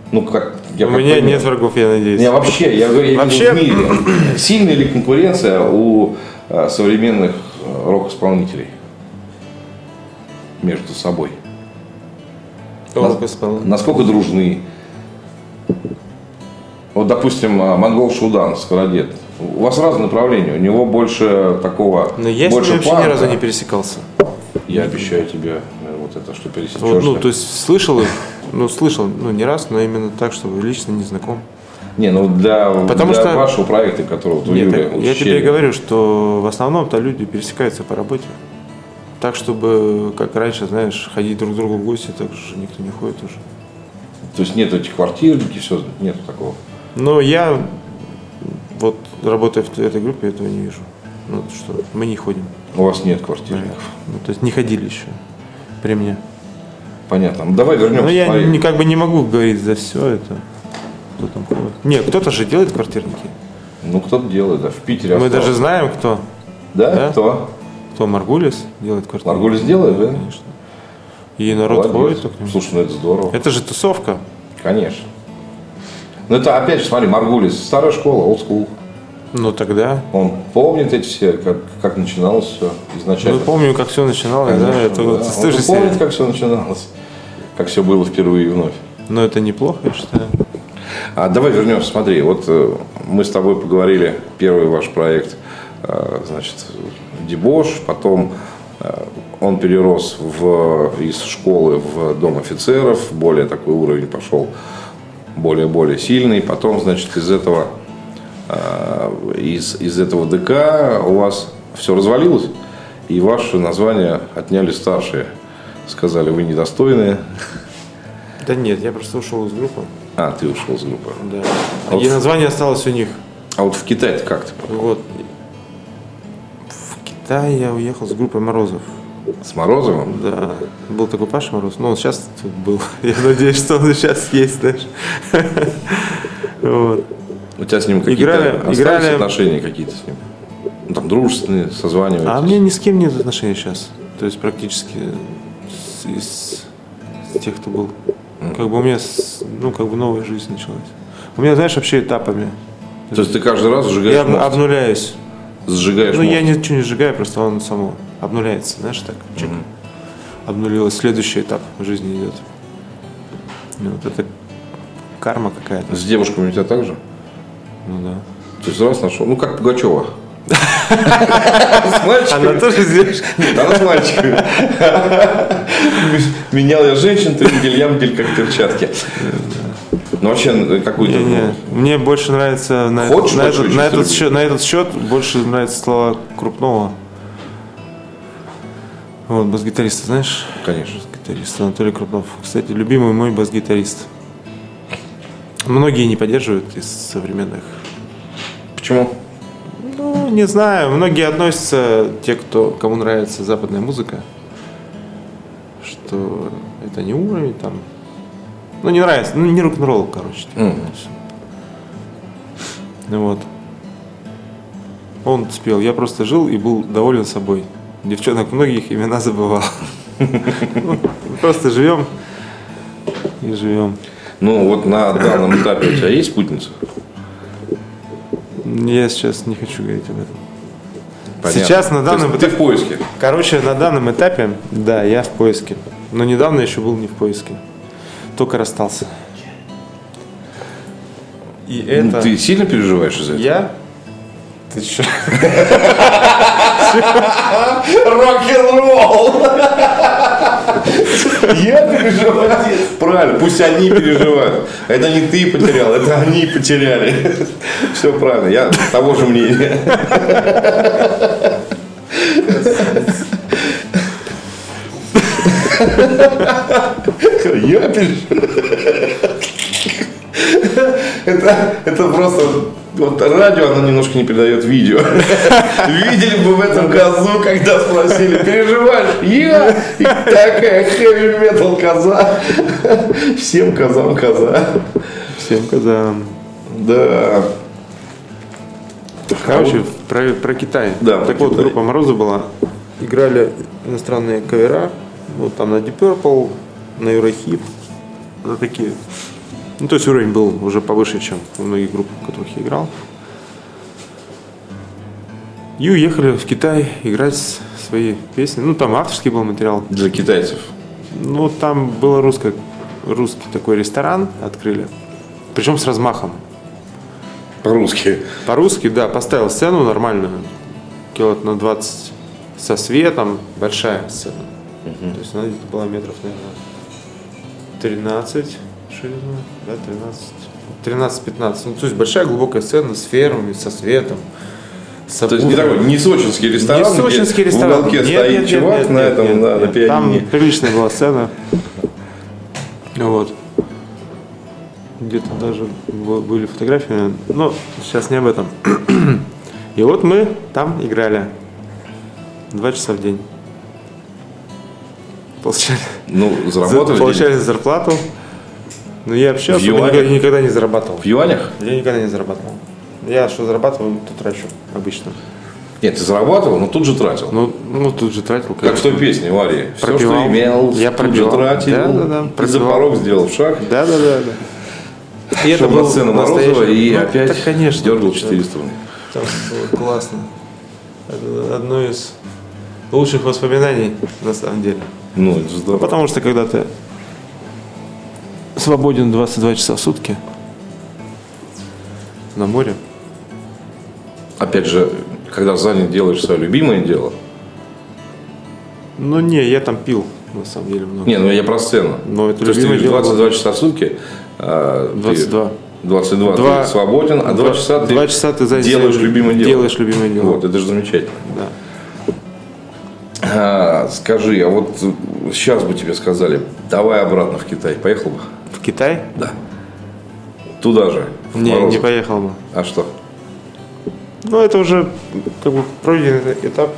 Speaker 1: Ну как я
Speaker 2: У
Speaker 1: как
Speaker 2: меня
Speaker 1: понимаю.
Speaker 2: нет врагов, я надеюсь.
Speaker 1: Не, вообще, Ну, я говорю, я
Speaker 2: Вообще-
Speaker 1: имею в виду в мире. (clears throat) Сильная ли конкуренция у э, современных э, рок-исполнителей между собой?
Speaker 2: Толк исполнил.
Speaker 1: Насколько дружны? Вот, допустим, э, Монгол Шудан, Скородет. У вас разные направления, у него больше такого,
Speaker 2: Но я с ним
Speaker 1: больше
Speaker 2: вообще ни
Speaker 1: панка.
Speaker 2: разу не пересекался.
Speaker 1: Я обещаю тебе э, вот это, что пересечешься.
Speaker 2: Вот, ну, то есть слышал их, ну, слышал, ну, не раз, но именно так, что лично не знаком.
Speaker 1: Не, ну для,
Speaker 2: Потому
Speaker 1: для
Speaker 2: что-
Speaker 1: вашего проекта, который вот у
Speaker 2: Нет,
Speaker 1: Юрия, у
Speaker 2: так я тебе и
Speaker 1: Щелина.
Speaker 2: говорю, что в основном-то люди пересекаются по работе. Так, чтобы, как раньше, знаешь, ходить друг к другу в гости, так же никто не ходит уже.
Speaker 1: То есть нет этих квартир, все, нет такого.
Speaker 2: Но я, вот, работая в этой группе, этого не вижу. Ну, что мы не ходим.
Speaker 1: У вас нет квартирников.
Speaker 2: Ну, то есть не ходили еще при мне.
Speaker 1: Понятно. Ну, Давай вернемся.
Speaker 2: Ну, я
Speaker 1: смотри.
Speaker 2: не- как бы не могу говорить за все это. Кто там ходит. Не, кто-то же делает квартирники.
Speaker 1: Ну, кто-то делает, да. В Питере
Speaker 2: Мы
Speaker 1: осталось.
Speaker 2: даже знаем, кто.
Speaker 1: Да?
Speaker 2: да.
Speaker 1: Кто?
Speaker 2: Кто Маргулис делает квартирники.
Speaker 1: Маргулис делает, да?
Speaker 2: Конечно. И народ
Speaker 1: Молодец.
Speaker 2: ходит к нему.
Speaker 1: Слушай, ну это здорово.
Speaker 2: Это же тусовка.
Speaker 1: Конечно. Ну, это, опять же, смотри, Маргулис, старая школа, old school.
Speaker 2: Ну тогда.
Speaker 1: Он помнит эти все, как, как начиналось все изначально.
Speaker 2: Ну помню, как все начиналось,
Speaker 1: Конечно,
Speaker 2: да. Это вот
Speaker 1: да.
Speaker 2: с
Speaker 1: Он
Speaker 2: той же
Speaker 1: же помнит,
Speaker 2: серии.
Speaker 1: как все начиналось, как все было впервые и вновь.
Speaker 2: Но это неплохо, я считаю.
Speaker 1: А давай вернемся, смотри, вот э, мы с тобой поговорили, первый ваш проект, э, значит, дебош, потом э, он перерос в, из школы в дом офицеров, более такой уровень пошел, более-более сильный, потом, значит, из этого, э, из, из этого ДК у вас все развалилось, и ваше название отняли старшие, сказали, вы недостойные,
Speaker 2: Да нет, я просто ушел из группы.
Speaker 1: а, ты ушел с группы.
Speaker 2: Да.
Speaker 1: А Вот.
Speaker 2: И название осталось у них.
Speaker 1: А вот в Китае как ты
Speaker 2: Вот. В Китай я уехал с группой Морозов.
Speaker 1: С Морозовым?
Speaker 2: Да. Был такой Паша Мороз. Ну, он сейчас тут был. (laughs) Я надеюсь, что он сейчас есть, знаешь. (laughs) Вот.
Speaker 1: У тебя с ним какие-то
Speaker 2: Играли-
Speaker 1: остались
Speaker 2: играли.
Speaker 1: отношения какие-то с ним? Ну, там дружественные, созваниваетесь?
Speaker 2: А у меня ни с кем нет отношений сейчас. То есть практически с- из с тех, кто был. Как бы у меня, с- ну, как бы новая жизнь началась. У меня, знаешь, вообще этапами.
Speaker 1: То есть ты каждый раз
Speaker 2: Я
Speaker 1: сжигаешь
Speaker 2: об-
Speaker 1: мост?
Speaker 2: обнуляюсь.
Speaker 1: Сжигаешь
Speaker 2: Ну,
Speaker 1: мост?
Speaker 2: я ничего не сжигаю, просто он само обнуляется, знаешь, так. чик. Обнулилось. Следующий этап в жизни идет. Ну, вот это карма какая-то.
Speaker 1: С девушками у тебя так же?
Speaker 2: Ну да.
Speaker 1: То есть раз нашел, ну как
Speaker 2: (laughs)
Speaker 1: Пугачева. С мальчиками.
Speaker 2: Она тоже здесь.
Speaker 1: Она с мальчиками. Менял я женщин, ты мигель, я мигель, как перчатки. Ну вообще,
Speaker 2: Не,
Speaker 1: какую-то... ну,
Speaker 2: не. Мне больше нравится на,
Speaker 1: Хочешь
Speaker 2: на,
Speaker 1: большой
Speaker 2: этот, на, этот
Speaker 1: чистый
Speaker 2: счет, на этот счет больше нравятся слова крупного. Вот, бас-гитариста, знаешь?
Speaker 1: Конечно.
Speaker 2: Бас-гитарист Анатолий Крупнов. Кстати, любимый мой бас-гитарист. Многие не поддерживают из современных.
Speaker 1: Почему?
Speaker 2: Ну, не знаю, многие относятся, те, кто, кому нравится западная музыка, что это не уровень там. Ну, не нравится, ну, не рок-н-ролл, короче. типа,
Speaker 1: Мгм.
Speaker 2: знаешь. Ну вот. Он спел, я просто жил и был доволен собой. Девчонок многих имена забывал. (laughs) Ну, Просто живем и живем.
Speaker 1: Ну вот на данном этапе у тебя есть спутница?
Speaker 2: Я сейчас не хочу говорить об этом.
Speaker 1: Понятно.
Speaker 2: Сейчас на
Speaker 1: То
Speaker 2: данном
Speaker 1: есть Ты в поиске.
Speaker 2: Короче, на данном этапе, да, я в поиске. Но недавно еще был не в поиске. Только расстался. И это...
Speaker 1: Ты сильно переживаешь из-за этого?
Speaker 2: Я? Ты че?
Speaker 1: Рок-н-ролл! Я переживаю. Правильно, пусть они переживают. Это не ты потерял, это они потеряли. Все правильно, я того же мнения. Я переживаю. Это, это просто вот радио, оно немножко не передает видео. Видели бы в этом козу, когда спросили, переживаешь? Я и такая хэви метал коза. Всем козам коза.
Speaker 2: Всем когда...
Speaker 1: Да.
Speaker 2: Короче, про, про Китай.
Speaker 1: А Да,
Speaker 2: так
Speaker 1: про
Speaker 2: вот,
Speaker 1: Китай.
Speaker 2: группа Мороза была. Играли иностранные кавера. Ну, там на Deep Purple, на Eurohip. На такие. Ну, то есть уровень был уже повыше, чем у многих групп, в которых я играл. И уехали в Китай играть с- свои песни. Ну, там авторский был материал.
Speaker 1: Для китайцев.
Speaker 2: Ну, там был русско- русский такой ресторан открыли. Причем с размахом.
Speaker 1: Русские.
Speaker 2: По-русски, да, поставил сцену нормальную. Килот на 20 со светом. Большая сцена. То есть она где-то была метров, наверное, 13 ширина, да, 13. 13-15. Ну, то есть большая глубокая сцена с фермами, со светом. с
Speaker 1: То есть не
Speaker 2: обувью.
Speaker 1: такой не сочинский ресторан.
Speaker 2: Не
Speaker 1: где
Speaker 2: сочинский ресторан.
Speaker 1: В уголке
Speaker 2: Нет,
Speaker 1: стоит
Speaker 2: нет, нет,
Speaker 1: чувак
Speaker 2: нет,
Speaker 1: на
Speaker 2: нет,
Speaker 1: этом,
Speaker 2: нет,
Speaker 1: да, на
Speaker 2: нет.
Speaker 1: пианине.
Speaker 2: Там приличная была сцена. Вот. Где-то даже бу- были фотографии, но сейчас не об этом. (clears throat) И вот мы там играли. Два часа в день. Получали,
Speaker 1: Ну,
Speaker 2: за-
Speaker 1: заработали деньги?
Speaker 2: получали зарплату. Но я вообще
Speaker 1: В
Speaker 2: особо
Speaker 1: юанях?
Speaker 2: никогда, никогда не зарабатывал.
Speaker 1: в юанях?
Speaker 2: Я никогда не зарабатывал. Я что зарабатываю, то трачу обычно.
Speaker 1: Нет, ты зарабатывал, но тут же тратил.
Speaker 2: Ну, ну тут же тратил,
Speaker 1: Как в той песне у Арии. Все, что
Speaker 2: Пропивал.
Speaker 1: имел,
Speaker 2: Я
Speaker 1: тут же
Speaker 2: пропивал.
Speaker 1: тратил.
Speaker 2: Да, да, да,
Speaker 1: и за
Speaker 2: пропивал.
Speaker 1: порог сделал шаг.
Speaker 2: Да, да, да, да. И
Speaker 1: Шел на
Speaker 2: был
Speaker 1: сцену
Speaker 2: настоящий-
Speaker 1: Морозова и
Speaker 2: Ну,
Speaker 1: опять
Speaker 2: так, конечно,
Speaker 1: дергал
Speaker 2: да.
Speaker 1: 400 рублей.
Speaker 2: Там было классно. Это одно из лучших воспоминаний, на самом деле.
Speaker 1: Ну, это же здорово.
Speaker 2: Потому что когда ты свободен 22 часа в сутки на море,
Speaker 1: Опять же, когда занят делаешь свое любимое дело.
Speaker 2: ну не, я там пил, на самом деле, много.
Speaker 1: Не, ну я про сцену.
Speaker 2: Ну, это
Speaker 1: То есть ты
Speaker 2: любимое
Speaker 1: говоришь,
Speaker 2: дело
Speaker 1: 22 часа в сутки. а, ты-
Speaker 2: 22.
Speaker 1: 22
Speaker 2: Два-
Speaker 1: ты свободен, а 2
Speaker 2: два-
Speaker 1: часа ты,
Speaker 2: два часа ты занят
Speaker 1: делаешь
Speaker 2: своим-
Speaker 1: любимое дело.
Speaker 2: делаешь любимое дело.
Speaker 1: Вот, это же замечательно.
Speaker 2: Да.
Speaker 1: А, скажи, а вот сейчас бы тебе сказали, давай обратно в Китай, поехал бы?
Speaker 2: В Китай?
Speaker 1: Да. Туда же. в
Speaker 2: Не, не
Speaker 1: Морозово.
Speaker 2: поехал бы.
Speaker 1: А что?
Speaker 2: Ну, это уже как бы пройденный этап.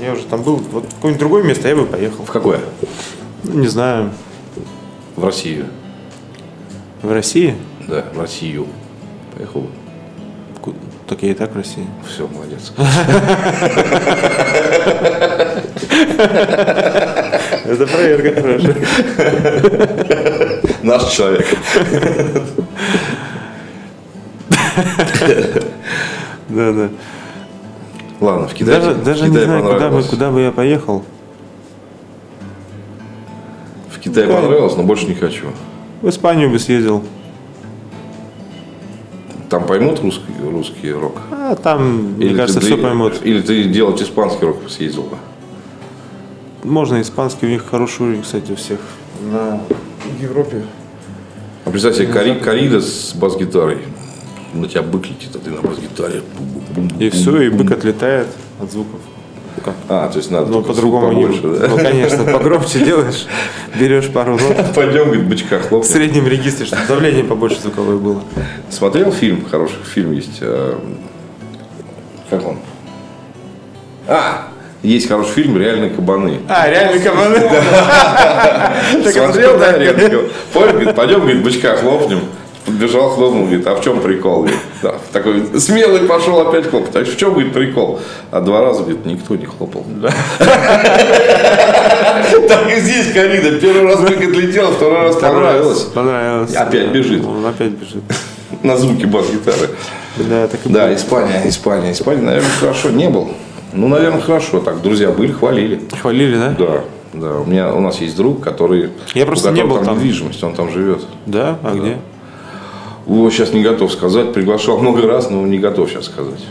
Speaker 2: Я уже там был. Вот в какое-нибудь другое место я бы поехал.
Speaker 1: В какое?
Speaker 2: Ну, не знаю.
Speaker 1: В Россию.
Speaker 2: В России?
Speaker 1: Да, в Россию. Поехал бы.
Speaker 2: Ку- Так я и так в России.
Speaker 1: Все, молодец.
Speaker 2: Это проверка хорошая.
Speaker 1: Наш человек.
Speaker 2: Да, да.
Speaker 1: Ладно, в Китай.
Speaker 2: Даже,
Speaker 1: в
Speaker 2: даже не
Speaker 1: Китае
Speaker 2: знаю, куда бы,
Speaker 1: понравилось.
Speaker 2: куда бы я поехал.
Speaker 1: В Китае
Speaker 2: Да.
Speaker 1: понравилось, но больше не хочу.
Speaker 2: В Испанию бы съездил.
Speaker 1: Там поймут русский, русский рок?
Speaker 2: А там,
Speaker 1: Или
Speaker 2: мне
Speaker 1: ты
Speaker 2: кажется,
Speaker 1: д-
Speaker 2: все поймут.
Speaker 1: Или ты делать испанский рок съездил бы?
Speaker 2: Можно испанский, у них хороший уровень, кстати, у всех. На Европе.
Speaker 1: А представь себе, кори, корида с бас-гитарой. На тебя бык летит, а ты на бас-гитаре.
Speaker 2: И все, и бык отлетает от звуков. Как?
Speaker 1: А, то есть надо
Speaker 2: Ну,
Speaker 1: только
Speaker 2: по-другому не
Speaker 1: побольше,
Speaker 2: Ну, конечно, погромче делаешь, берешь пару нот.
Speaker 1: да? (laughs) Пойдем, говорит, бычка
Speaker 2: В
Speaker 1: хлопнем.
Speaker 2: среднем регистре, чтобы давление побольше звуковое было.
Speaker 1: Смотрел фильм? Хороший фильм есть. э, Как он? А, есть хороший фильм «Реальные кабаны».
Speaker 2: А, реально команда. Так это
Speaker 1: Смотрел,
Speaker 2: что,
Speaker 1: да,
Speaker 2: да?
Speaker 1: реально? Говорю, Понял, говорит, пойдем, говорит, бычка хлопнем. Подбежал, хлопнул, говорит, а в чем прикол? Говорит, да, такой смелый пошел опять хлопать. А в чем, говорит, прикол? А два раза, говорит, никто не хлопал. (laughs) Так и здесь Карина. Первый раз как отлетела, второй раз понравилось.
Speaker 2: Понравилось.
Speaker 1: Опять бежит.
Speaker 2: Он опять бежит.
Speaker 1: На звуке бас-гитары.
Speaker 2: Да, так и
Speaker 1: Да,
Speaker 2: было.
Speaker 1: Испания, Испания, Испания, наверное, хорошо не был. Ну, наверное, хорошо. Так, друзья были, хвалили.
Speaker 2: Хвалили, да?
Speaker 1: Да, да. У меня у нас есть друг, который
Speaker 2: Я просто
Speaker 1: у которого
Speaker 2: не был там.
Speaker 1: недвижимость, он там живет.
Speaker 2: Да? А где?
Speaker 1: О, сейчас не готов сказать. Приглашал много раз, но не готов сейчас сказать.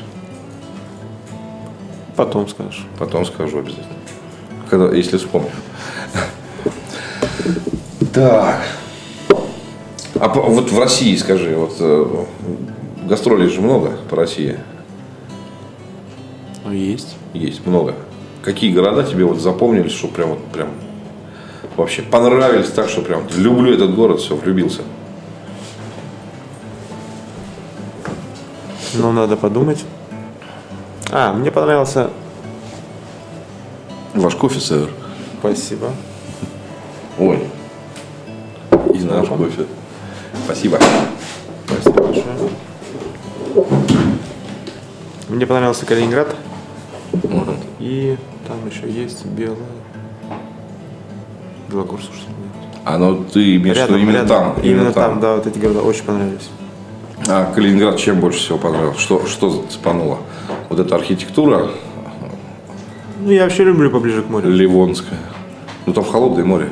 Speaker 2: Потом скажешь.
Speaker 1: Потом скажу обязательно. Когда, если вспомню. Так. А по- вот в России, скажи, вот э, гастролей же много по России.
Speaker 2: Ну, есть.
Speaker 1: Есть много. Какие города тебе вот запомнились, что прям вот прям вообще понравились так, что прям люблю этот город, все, влюбился.
Speaker 2: Но Ну, надо подумать. А, мне понравился...
Speaker 1: Ваш кофе, сэр.
Speaker 2: Спасибо.
Speaker 1: Ой. И наш кофе. Спасибо.
Speaker 2: Спасибо большое. Мне понравился Калининград. И там еще есть белая. Белогорск, что ли? нет?
Speaker 1: А ну ты имеешь в виду именно там.
Speaker 2: Именно, там. да, вот эти города очень понравились.
Speaker 1: А Калининград чем больше всего понравился? Что, что цепануло? Вот эта архитектура
Speaker 2: Ну, я вообще люблю поближе к морю.
Speaker 1: ливонская. Ну там холодное море.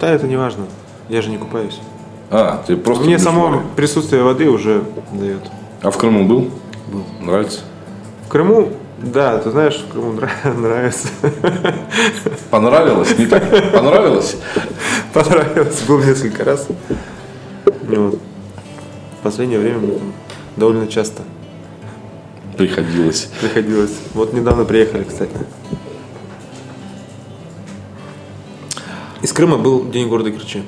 Speaker 2: Да, это не важно. Я же не купаюсь.
Speaker 1: А, ты просто...
Speaker 2: Мне
Speaker 1: любишь
Speaker 2: само
Speaker 1: море.
Speaker 2: присутствие воды уже дает.
Speaker 1: А в Крыму был? Был. Нравится?
Speaker 2: В Крыму, да, ты знаешь, в Крыму нра- (laughs) нравится.
Speaker 1: Понравилось? Не так. Понравилось?
Speaker 2: Понравилось, был несколько раз. Ну, вот. В последнее время мне там довольно часто
Speaker 1: Приходилось.
Speaker 2: приходилось. Вот недавно приехали, кстати. Из Крыма был День города Керчи.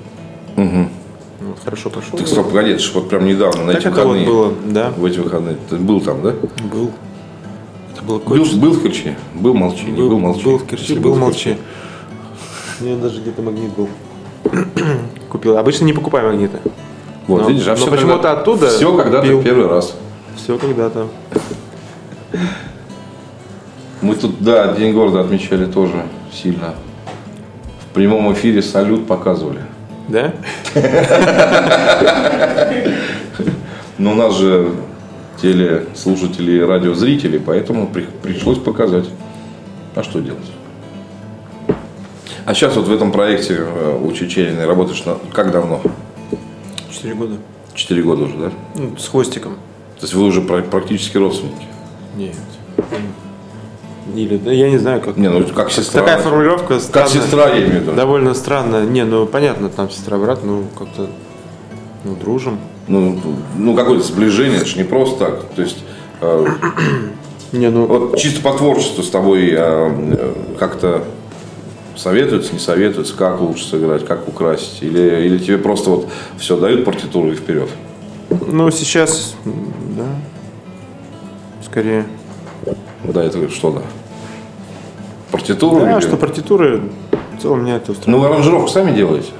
Speaker 2: Вот, хорошо пошел.
Speaker 1: Так, стоп, погоди, это ж вот прям недавно, на
Speaker 2: так
Speaker 1: эти
Speaker 2: это вот
Speaker 1: выходные.
Speaker 2: было, да.
Speaker 1: В эти выходные. Ты был там, да?
Speaker 2: Был. Это было
Speaker 1: Был, был в Керчи? Был молчи, не был молчи.
Speaker 2: Был в Керчи,
Speaker 1: Если
Speaker 2: был
Speaker 1: в
Speaker 2: молчи. У меня даже где-то магнит был. (clears throat) Купил. Обычно не покупаю магниты.
Speaker 1: Керчи. Вот,
Speaker 2: Но-
Speaker 1: видишь, а
Speaker 2: но почему-то оттуда
Speaker 1: Все когда-то
Speaker 2: пил.
Speaker 1: первый раз.
Speaker 2: Все когда-то.
Speaker 1: Мы тут, да, День города отмечали тоже сильно. В прямом эфире салют показывали.
Speaker 2: Да?
Speaker 1: Но у нас же телеслушатели и радиозрители, поэтому при- пришлось показать. А что делать? А сейчас вот в этом проекте э, у Чечериной работаешь на... как давно?
Speaker 2: Четыре года.
Speaker 1: Четыре года уже, да?
Speaker 2: Ну, с хвостиком.
Speaker 1: То есть вы уже пра- практически родственники.
Speaker 2: Нет. Или, да, я не знаю, как.
Speaker 1: Не, ну как сестра.
Speaker 2: Такая формулировка
Speaker 1: Как
Speaker 2: странная.
Speaker 1: сестра, я имею в виду.
Speaker 2: Довольно странно. Не, ну понятно, там сестра-брат, ну как-то, ну дружим.
Speaker 1: Ну, ну какое-то сближение, это же не просто так. То есть э,
Speaker 2: Не, ну
Speaker 1: вот чисто по творчеству с тобой э, э, как-то советуются, не советуются, как лучше сыграть, как украсить, или, или тебе просто вот все дают партитуру и вперед.
Speaker 2: Ну, сейчас, м, да, скорее.
Speaker 1: Да, это что да? Партитуру?
Speaker 2: Да,
Speaker 1: Ну, или-
Speaker 2: что партитуры, в целом меня это устраивает.
Speaker 1: Ну, вы аранжировку сами делаете?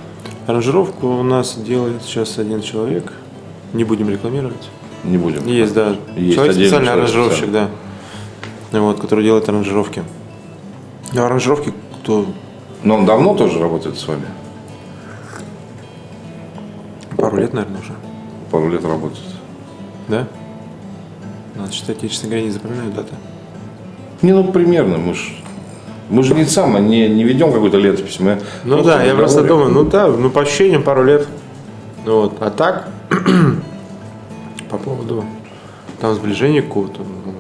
Speaker 2: Аранжировку у нас делает сейчас один человек, не будем рекламировать.
Speaker 1: Не будем.
Speaker 2: Есть, да,
Speaker 1: Есть отдельный
Speaker 2: человек специальный
Speaker 1: человек
Speaker 2: аранжировщик, да, Ну вот, который делает аранжировки. Но аранжировки кто
Speaker 1: Но он давно тоже работает с вами?
Speaker 2: пару лет, наверное, уже,
Speaker 1: Пару лет работает.
Speaker 2: да? Надо считать, я, честно говоря, не запоминаю даты.
Speaker 1: Не, ну, примерно, мы же... Мы же не сам, не, не ведем какую-то летопись. Мы
Speaker 2: Ну да, я просто думаю, ну да, ну по ощущениям пару лет. Ну вот, а так, (clears throat) по поводу Там сближение какое-то. ну,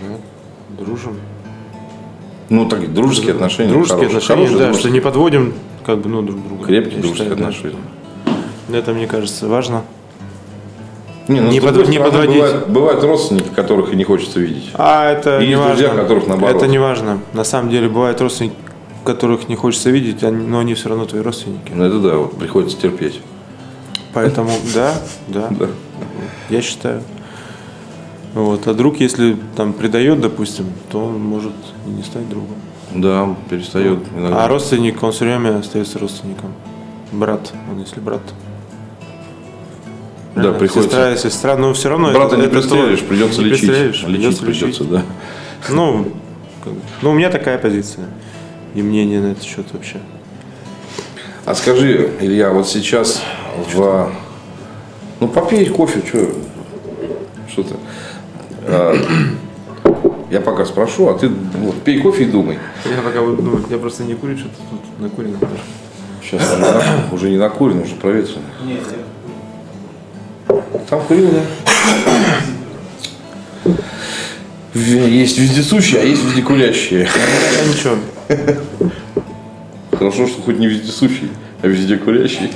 Speaker 2: да, Дружим.
Speaker 1: Ну, такие дружеские отношения.
Speaker 2: Дружеские
Speaker 1: хорошие,
Speaker 2: отношения,
Speaker 1: хорошие
Speaker 2: да,
Speaker 1: дружеские.
Speaker 2: что не подводим как бы, ну, друг друга.
Speaker 1: Крепкие
Speaker 2: Я
Speaker 1: дружеские
Speaker 2: считаю, да.
Speaker 1: отношения.
Speaker 2: Это, мне кажется, важно.
Speaker 1: Не, ну,
Speaker 2: Не
Speaker 1: с другой
Speaker 2: подвод- не
Speaker 1: стороны,
Speaker 2: подводить.
Speaker 1: Бывают, бывают родственники, которых и не хочется видеть.
Speaker 2: А это
Speaker 1: И
Speaker 2: не
Speaker 1: есть
Speaker 2: важно.
Speaker 1: друзья, которых наоборот.
Speaker 2: Это не важно. На самом деле бывают родственники, которых не хочется видеть, они- но они все равно твои родственники.
Speaker 1: Ну, это да, вот приходится терпеть. (laughs)
Speaker 2: Поэтому да, да,
Speaker 1: Да.
Speaker 2: я считаю. Вот. А друг, если там предает, допустим, то он может и не стать другом.
Speaker 1: Да, перестает иногда.
Speaker 2: А родственник, он все время остается родственником. Брат, он если брат.
Speaker 1: да, приходится.
Speaker 2: Сестра, если сестра, но все равно
Speaker 1: Брата
Speaker 2: это-
Speaker 1: не
Speaker 2: это ты
Speaker 1: пристрелишь, придется
Speaker 2: не
Speaker 1: лечить. А
Speaker 2: пристрелишь,
Speaker 1: лечить
Speaker 2: придется лечить.
Speaker 1: придется, да.
Speaker 2: Ну, как бы, ну, у меня такая позиция. И мнение на этот счет вообще.
Speaker 1: А скажи, Илья, вот сейчас в... Ну, попей кофе, что... Что ты? А, Я пока спрошу, а ты вот, пей кофе и думай.
Speaker 2: Я пока вот думаю, я просто не курю, что-то тут накурено. даже.
Speaker 1: Сейчас уже не накурен, уже проветрен. Там курил, да? В- Есть вездесущие, а есть вездекурящие.
Speaker 2: Я ничего.
Speaker 1: Хорошо, что хоть не вездесущий, а везде курящий.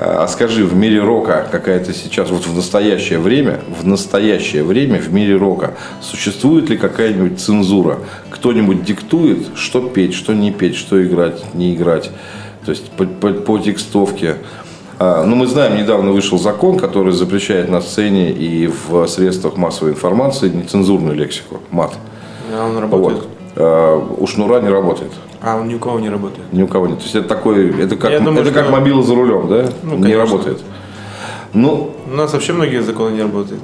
Speaker 1: А скажи, в мире рока какая-то сейчас, вот в настоящее время, в настоящее время в мире рока существует ли какая-нибудь цензура? Кто-нибудь диктует, что петь, что не петь, что играть, не играть? То есть по, по- по текстовке. А, ну, мы знаем, недавно вышел закон, который запрещает на сцене и в средствах массовой информации нецензурную лексику, мат.
Speaker 2: А он работает.
Speaker 1: Вот. А, у шнура не работает.
Speaker 2: А он ни у кого не работает.
Speaker 1: Ни у кого нет. То есть это такой, это как,
Speaker 2: Я думаю,
Speaker 1: это
Speaker 2: что-
Speaker 1: как мобила за рулем, да? не
Speaker 2: конечно.
Speaker 1: работает. Ну,
Speaker 2: У нас вообще многие законы не работают.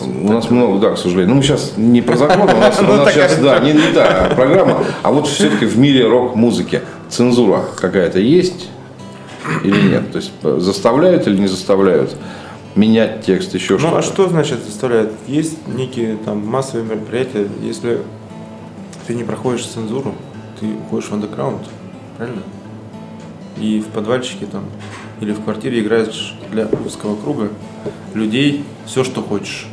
Speaker 1: у нас много, да, к сожалению. Ну, мы сейчас не про закон, у
Speaker 2: (laughs)
Speaker 1: нас, у
Speaker 2: Ну,
Speaker 1: нас
Speaker 2: такая
Speaker 1: сейчас, да, не, не та программа. А вот все-таки в мире рок-музыки цензура какая-то есть или нет? То есть э, заставляют или не заставляют менять текст, еще
Speaker 2: Ну
Speaker 1: что-то?
Speaker 2: а что значит заставляет? Есть некие там массовые мероприятия, если ты не проходишь цензуру, ты уходишь в андеграунд, правильно? И в подвальчике там, или в квартире играешь для узкого круга людей все, что хочешь,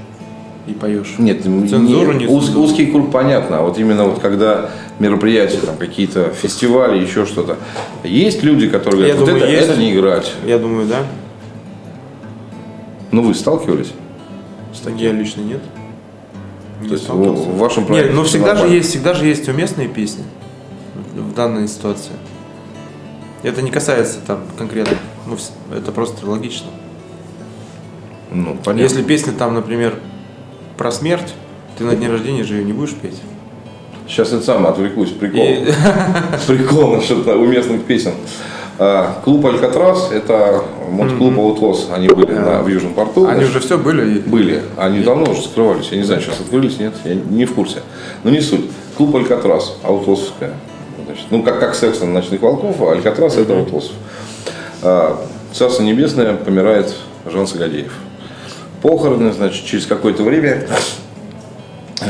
Speaker 2: и поешь.
Speaker 1: Нет,
Speaker 2: Цензуру
Speaker 1: не-
Speaker 2: не
Speaker 1: уз-
Speaker 2: цензуру.
Speaker 1: узкий круг понятно. А Вот именно вот когда мероприятия, там какие-то фестивали, еще что-то. Есть люди, которые
Speaker 2: Я
Speaker 1: говорят, вот
Speaker 2: думаю,
Speaker 1: это,
Speaker 2: есть.
Speaker 1: это не играть.
Speaker 2: Я думаю, да.
Speaker 1: Ну вы сталкивались?
Speaker 2: Я лично нет. Не
Speaker 1: То есть в,
Speaker 2: сталкивался.
Speaker 1: в вашем проекте?
Speaker 2: Нет, но
Speaker 1: всё
Speaker 2: всегда же
Speaker 1: нормально?
Speaker 2: есть, всегда же есть уместные песни в данной ситуации. Это не касается там конкретно. Ну, вс- это просто логично.
Speaker 1: Ну, понятно.
Speaker 2: Если песня там, например, про смерть, ты на дне рождения же ее не будешь петь.
Speaker 1: Сейчас я сам отвлекусь, прикол.
Speaker 2: И-
Speaker 1: Прикол насчет уместных песен. А, Клуб Алькатрас, это клуб Аутлос, они были на, в Южном порту.
Speaker 2: Они
Speaker 1: Значит,
Speaker 2: уже все были. и-
Speaker 1: Были. Они давно уже скрывались. Я не знаю, сейчас открылись, нет, я не в курсе. Но не суть. Клуб Алькатрас, Аутлосовская. Значит, ну, как, как Сексон Ночных Волков, а Алькатрас это Аутлосов. А, Царство Небесное помирает Жан Сагадеев. Похороны, значит, через какое-то время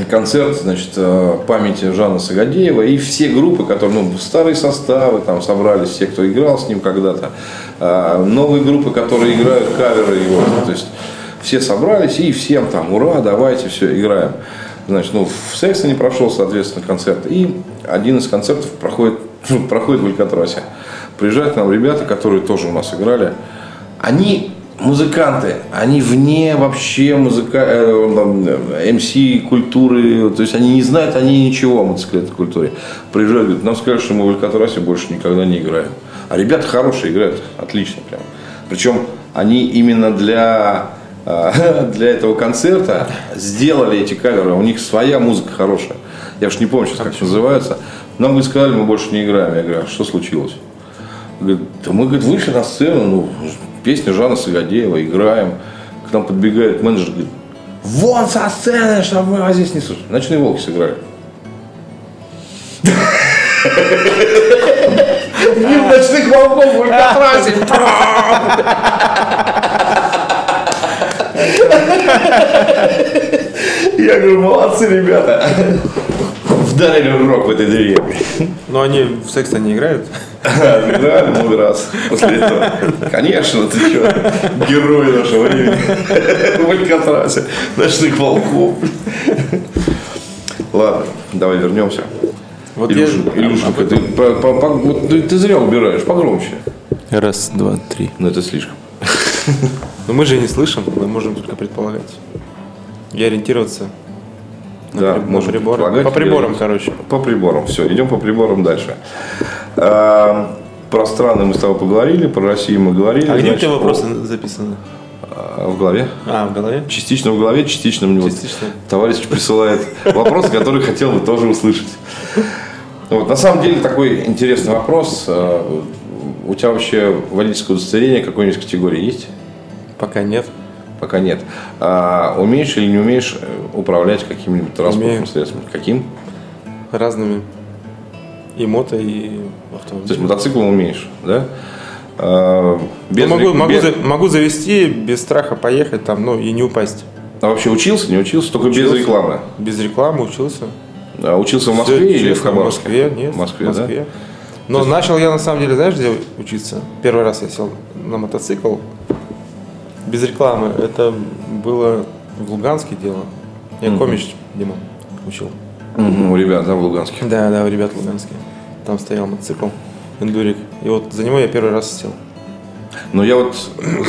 Speaker 1: концерт, значит, э, памяти Жана Сагадеева и все группы, которые, ну, старые составы, там собрались все, кто играл с ним когда-то, а, новые группы, которые играют каверы его, ну, то есть все собрались и всем там, ура, давайте, все, играем. Значит, ну, в Сексоне прошел, соответственно, концерт, и один из концертов проходит, (laughs) проходит в Алькатрасе. Приезжают к нам ребята, которые тоже у нас играли, они музыканты, они вне вообще музыка, э, МС культуры, то есть они не знают, они ничего о мотоциклетной культуре. Приезжают, говорят, нам сказали, что мы в Алькатрасе больше никогда не играем. А ребята хорошие играют, отлично прям. Причем они именно для э, (laughs) для этого концерта сделали эти каверы, у них своя музыка хорошая. Я уж не помню сейчас, как называется. Нам говорит, сказали, мы больше не играем. Я говорю, а что случилось? Говорит, «Да мы говорит, вышли на сцену, ну, песня Жана Сагадеева, играем. К нам подбегает менеджер, говорит, вон со сцены, что мы вас здесь не слушаем. Ночные волки сыграли. Мир ночных волков в Алькатрасе. Я говорю, молодцы, ребята. В Ударили в рог в этой деревне.
Speaker 2: Но они в секс
Speaker 1: (laughs)
Speaker 2: не играют.
Speaker 1: Да, много раз после этого. Конечно, ты что, герой нашего времени. В Алькатрасе, ночных волков. Ладно, давай вернемся.
Speaker 2: Вот я-
Speaker 1: Илюша, Илюшенька, ты, по- по- по- вот ты- ты зря убираешь, погромче.
Speaker 3: Раз, два, три.
Speaker 2: Ну,
Speaker 1: Но это слишком.
Speaker 2: Но мы же не слышим, мы можем только предполагать. И ориентироваться
Speaker 1: Да,
Speaker 2: при-
Speaker 1: можно
Speaker 2: приборам.
Speaker 1: предполагать,
Speaker 2: По приборам,
Speaker 1: я-
Speaker 2: короче.
Speaker 1: По приборам, все, идем по приборам дальше. А, Про страны мы с тобой поговорили, про Россию мы говорили.
Speaker 2: А где у
Speaker 1: значит,
Speaker 2: тебя
Speaker 1: про-
Speaker 2: вопросы записаны?
Speaker 1: а, В голове.
Speaker 2: А, в голове?
Speaker 1: Частично в голове, частично мне вот
Speaker 2: Частично.
Speaker 1: товарищ присылает вопросы, которые хотел бы тоже услышать. Вот, на самом деле такой интересный вопрос. Э, У тебя вообще водительское удостоверение какой-нибудь категории есть?
Speaker 2: Пока нет.
Speaker 1: Пока нет. А умеешь или не умеешь э, управлять каким-нибудь транспортным
Speaker 2: Умею.
Speaker 1: средством? Каким?
Speaker 2: Разными. И мото, и
Speaker 1: То есть
Speaker 2: автомобиль.
Speaker 1: мотоциклом умеешь, да? А, без
Speaker 2: Ну, могу,
Speaker 1: рек-
Speaker 2: могу,
Speaker 1: без-
Speaker 2: за- могу завести без страха поехать там, ну и не упасть.
Speaker 1: А вообще учился, не учился, только
Speaker 2: Учился.
Speaker 1: без рекламы.
Speaker 2: Без рекламы учился.
Speaker 1: А учился в
Speaker 2: Всё
Speaker 1: Москве или в
Speaker 2: честно,
Speaker 1: Хабаровске?
Speaker 2: Москве, нет.
Speaker 1: В Москве, да?
Speaker 2: Но начал я на самом деле, знаешь, где учиться? Первый раз я сел на мотоцикл без рекламы. Это было в Луганске дело. Я комич Дима учил.
Speaker 1: Мгм, У ребят, да, в Луганске.
Speaker 2: Да, да, у ребят в Луганске. Там стоял мотоцикл, эндурик. И вот за него я первый раз сел.
Speaker 1: Но я вот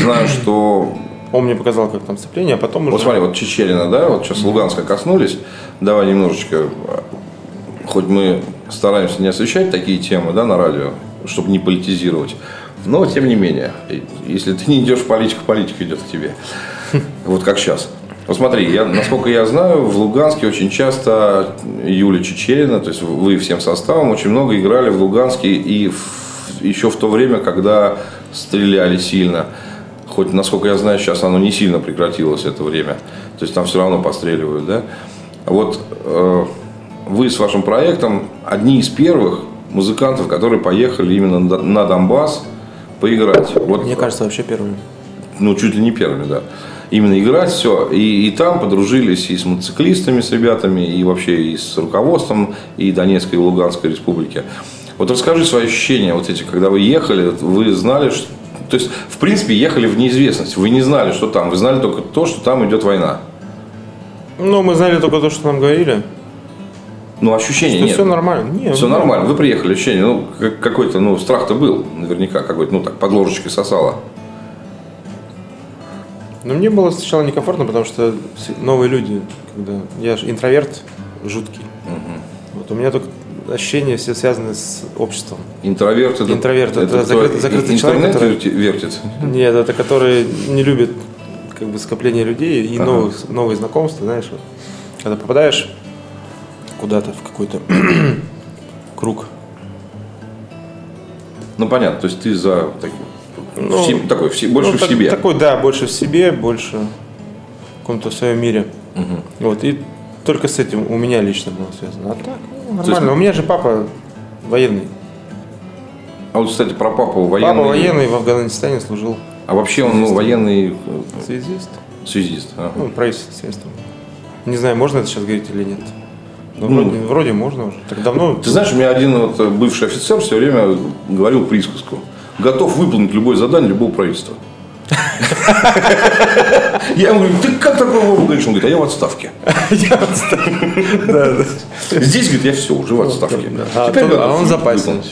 Speaker 1: знаю, что...
Speaker 2: Он мне показал, как там сцепление, а потом уже...
Speaker 1: Вот смотри, вот Чечерина, да, вот сейчас Луганска коснулись. Давай немножечко... э, Хоть мы стараемся не освещать такие темы, да, на радио, чтобы не политизировать. Но, тем не менее, и- если ты не идешь в политику, политика идет к тебе. Вот как сейчас. Вот смотри, я, насколько я знаю, в Луганске очень часто Юля Чечерина, то есть вы всем составом, очень много играли в Луганске и в- еще в то время, когда стреляли сильно. Хоть, насколько я знаю, сейчас оно не сильно прекратилось, это время. То есть там все равно постреливают, да? А Вот э, вы с вашим проектом одни из первых музыкантов, которые поехали именно на Дон- на Донбасс поиграть. Вот
Speaker 2: Мне кажется, вообще первый.
Speaker 1: ну, чуть ли не первыми, да. Именно играть, все. И, и там подружились и с мотоциклистами, с ребятами, и вообще и с руководством и Донецкой, и Луганской республики. Вот расскажи свои ощущения вот эти, когда вы ехали, вы знали, что... То есть, в принципе, ехали в неизвестность. Вы не знали, что там. Вы знали только то, что там идет война.
Speaker 2: Ну, мы знали только то, что нам говорили.
Speaker 1: Ну, ощущения
Speaker 2: Что
Speaker 1: нет.
Speaker 2: все нормально. Не,
Speaker 1: Все
Speaker 2: ну,
Speaker 1: нормально. Вы приехали, ощущение. Ну, как- какой-то, ну, страх-то был. Наверняка какой-то, ну, так, под ложечкой сосало.
Speaker 2: Но ну, мне было сначала некомфортно, потому что все- новые люди, когда я же интроверт жуткий. Вот у меня только ощущения все связаны с обществом.
Speaker 1: Интроверт это...
Speaker 2: Интроверт
Speaker 1: кто?
Speaker 2: это закрыт- закрытый
Speaker 1: Интернет
Speaker 2: человек, который-
Speaker 1: верти- вертит.
Speaker 2: Нет, это которые не любят как бы скопление людей и новых, новые знакомства, знаешь, вот. когда попадаешь куда-то в какой-то (clears throat) круг.
Speaker 1: Ну понятно, то есть ты за так-
Speaker 2: Ну,
Speaker 1: в себе- такой, в се- больше
Speaker 2: Ну,
Speaker 1: в
Speaker 2: так-
Speaker 1: себе.
Speaker 2: Такой, да, больше в себе, больше в каком-то своем мире. Вот, и только с этим у меня лично было связано. А так, ну,
Speaker 1: есть-
Speaker 2: нормально. У меня же папа военный.
Speaker 1: А вот, кстати, про папу военный.
Speaker 2: Папа военный в Афганистане служил.
Speaker 1: А вообще он ну, военный э,
Speaker 2: Связист?
Speaker 1: связист. ага.
Speaker 2: Ну, правительственным средством. Не знаю, можно это сейчас говорить или нет. Но
Speaker 1: Ну.
Speaker 2: вроде, вроде можно уже. Так давно.
Speaker 1: Ты знаешь, у меня один вот э, бывший офицер все время говорил присказку. Готов выполнить любое задание любого правительства. Я ему говорю, ты как такое можно говоришь? Он говорит, а я в отставке. Здесь, говорит, я все, уже в отставке.
Speaker 2: А,
Speaker 1: Теперь
Speaker 2: то-
Speaker 1: готов
Speaker 2: а он
Speaker 1: выполнить.
Speaker 2: запасен.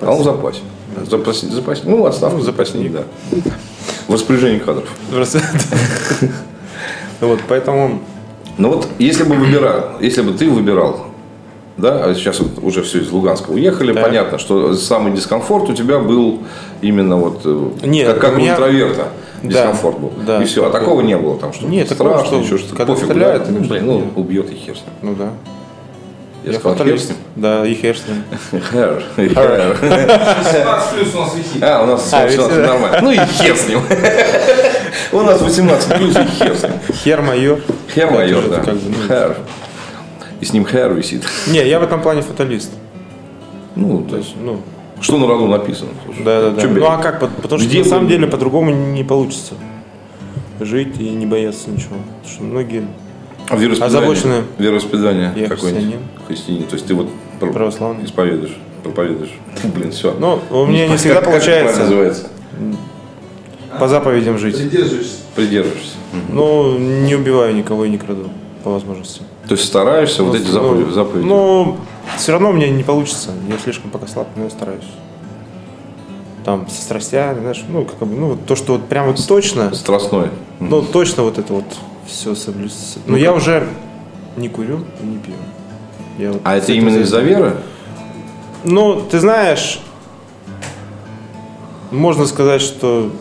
Speaker 1: А он в запасе. Запасник, запасник. Ну, отставку запасник, да. В распоряжении кадров.
Speaker 2: Просто- (laughs) Вот, поэтому
Speaker 1: Ну вот, если бы выбирал, если бы ты выбирал, да, а сейчас вот уже все из Луганска уехали,
Speaker 2: Так.
Speaker 1: понятно, что самый дискомфорт у тебя был именно вот э,
Speaker 2: Нет,
Speaker 1: как, как
Speaker 2: у меня-
Speaker 1: у интроверта
Speaker 2: Да,
Speaker 1: дискомфорт был.
Speaker 2: да.
Speaker 1: и все, а такого не было там, что
Speaker 2: Нет, такого,
Speaker 1: страшно,
Speaker 2: что
Speaker 1: еще что
Speaker 2: когда
Speaker 1: пофиг,
Speaker 2: стреляют,
Speaker 1: да, ну,
Speaker 2: ну,
Speaker 1: блин, ну, убьет и хер с ним.
Speaker 2: Ну да.
Speaker 1: Я, сказал, хер с
Speaker 2: фаталист.
Speaker 1: ним.
Speaker 2: Да, и хер с ним.
Speaker 1: Хер, хер.
Speaker 4: 16 плюс у нас висит.
Speaker 1: А, у нас
Speaker 2: А,
Speaker 1: все
Speaker 2: ведь, да.
Speaker 1: нормально. Ну и хер с ним. У нас 18 плюс и хер с ним.
Speaker 2: Хер майор.
Speaker 1: Хер
Speaker 2: Это
Speaker 1: майор,
Speaker 2: же
Speaker 1: да.
Speaker 2: как бы, ну,
Speaker 1: Хер. И с ним хер висит.
Speaker 2: Не, я в этом плане фаталист.
Speaker 1: Ну, то
Speaker 2: То
Speaker 1: есть
Speaker 2: есть, ну,
Speaker 1: Что на роду написано? слушай?
Speaker 2: да, да, да.
Speaker 1: Чё
Speaker 2: Ну
Speaker 1: бегать?
Speaker 2: а как? Пот- Потому что
Speaker 1: Где
Speaker 2: на самом
Speaker 1: вы-
Speaker 2: деле по-другому не получится жить и не бояться ничего. Потому что многие
Speaker 1: А Вероисповедание?
Speaker 2: Озабоченное.
Speaker 1: Вероисповедание
Speaker 2: Я
Speaker 1: какое-нибудь?
Speaker 2: христианин.
Speaker 1: Христианин. То есть ты вот про-
Speaker 2: Православный.
Speaker 1: исповедуешь, проповедуешь. (laughs) Фу, блин, все.
Speaker 2: Ну, у
Speaker 1: (laughs)
Speaker 2: меня не всегда
Speaker 1: Как это
Speaker 2: получается
Speaker 1: называется?
Speaker 2: по заповедям жить.
Speaker 4: Придерживаешься.
Speaker 1: Придерживаешься.
Speaker 2: Ну, не убиваю никого и не краду, по возможности.
Speaker 1: То есть стараешься вот
Speaker 2: Ну,
Speaker 1: эти заповеди,
Speaker 2: ну,
Speaker 1: заповеди.
Speaker 2: Ну, все равно у меня не получится. Я слишком пока слаб, но я стараюсь. Там со страстями, знаешь, ну, как бы, ну, вот то, что вот прям вот точно,
Speaker 1: Страстной.
Speaker 2: ну, точно вот это вот все соблюдается.
Speaker 1: Ну,
Speaker 2: Но ну, я уже не курю и не пью. Я вот
Speaker 1: А
Speaker 2: с
Speaker 1: это
Speaker 2: этим
Speaker 1: именно из-за
Speaker 2: завязан.
Speaker 1: веры?
Speaker 2: Ну, ты знаешь, можно сказать, что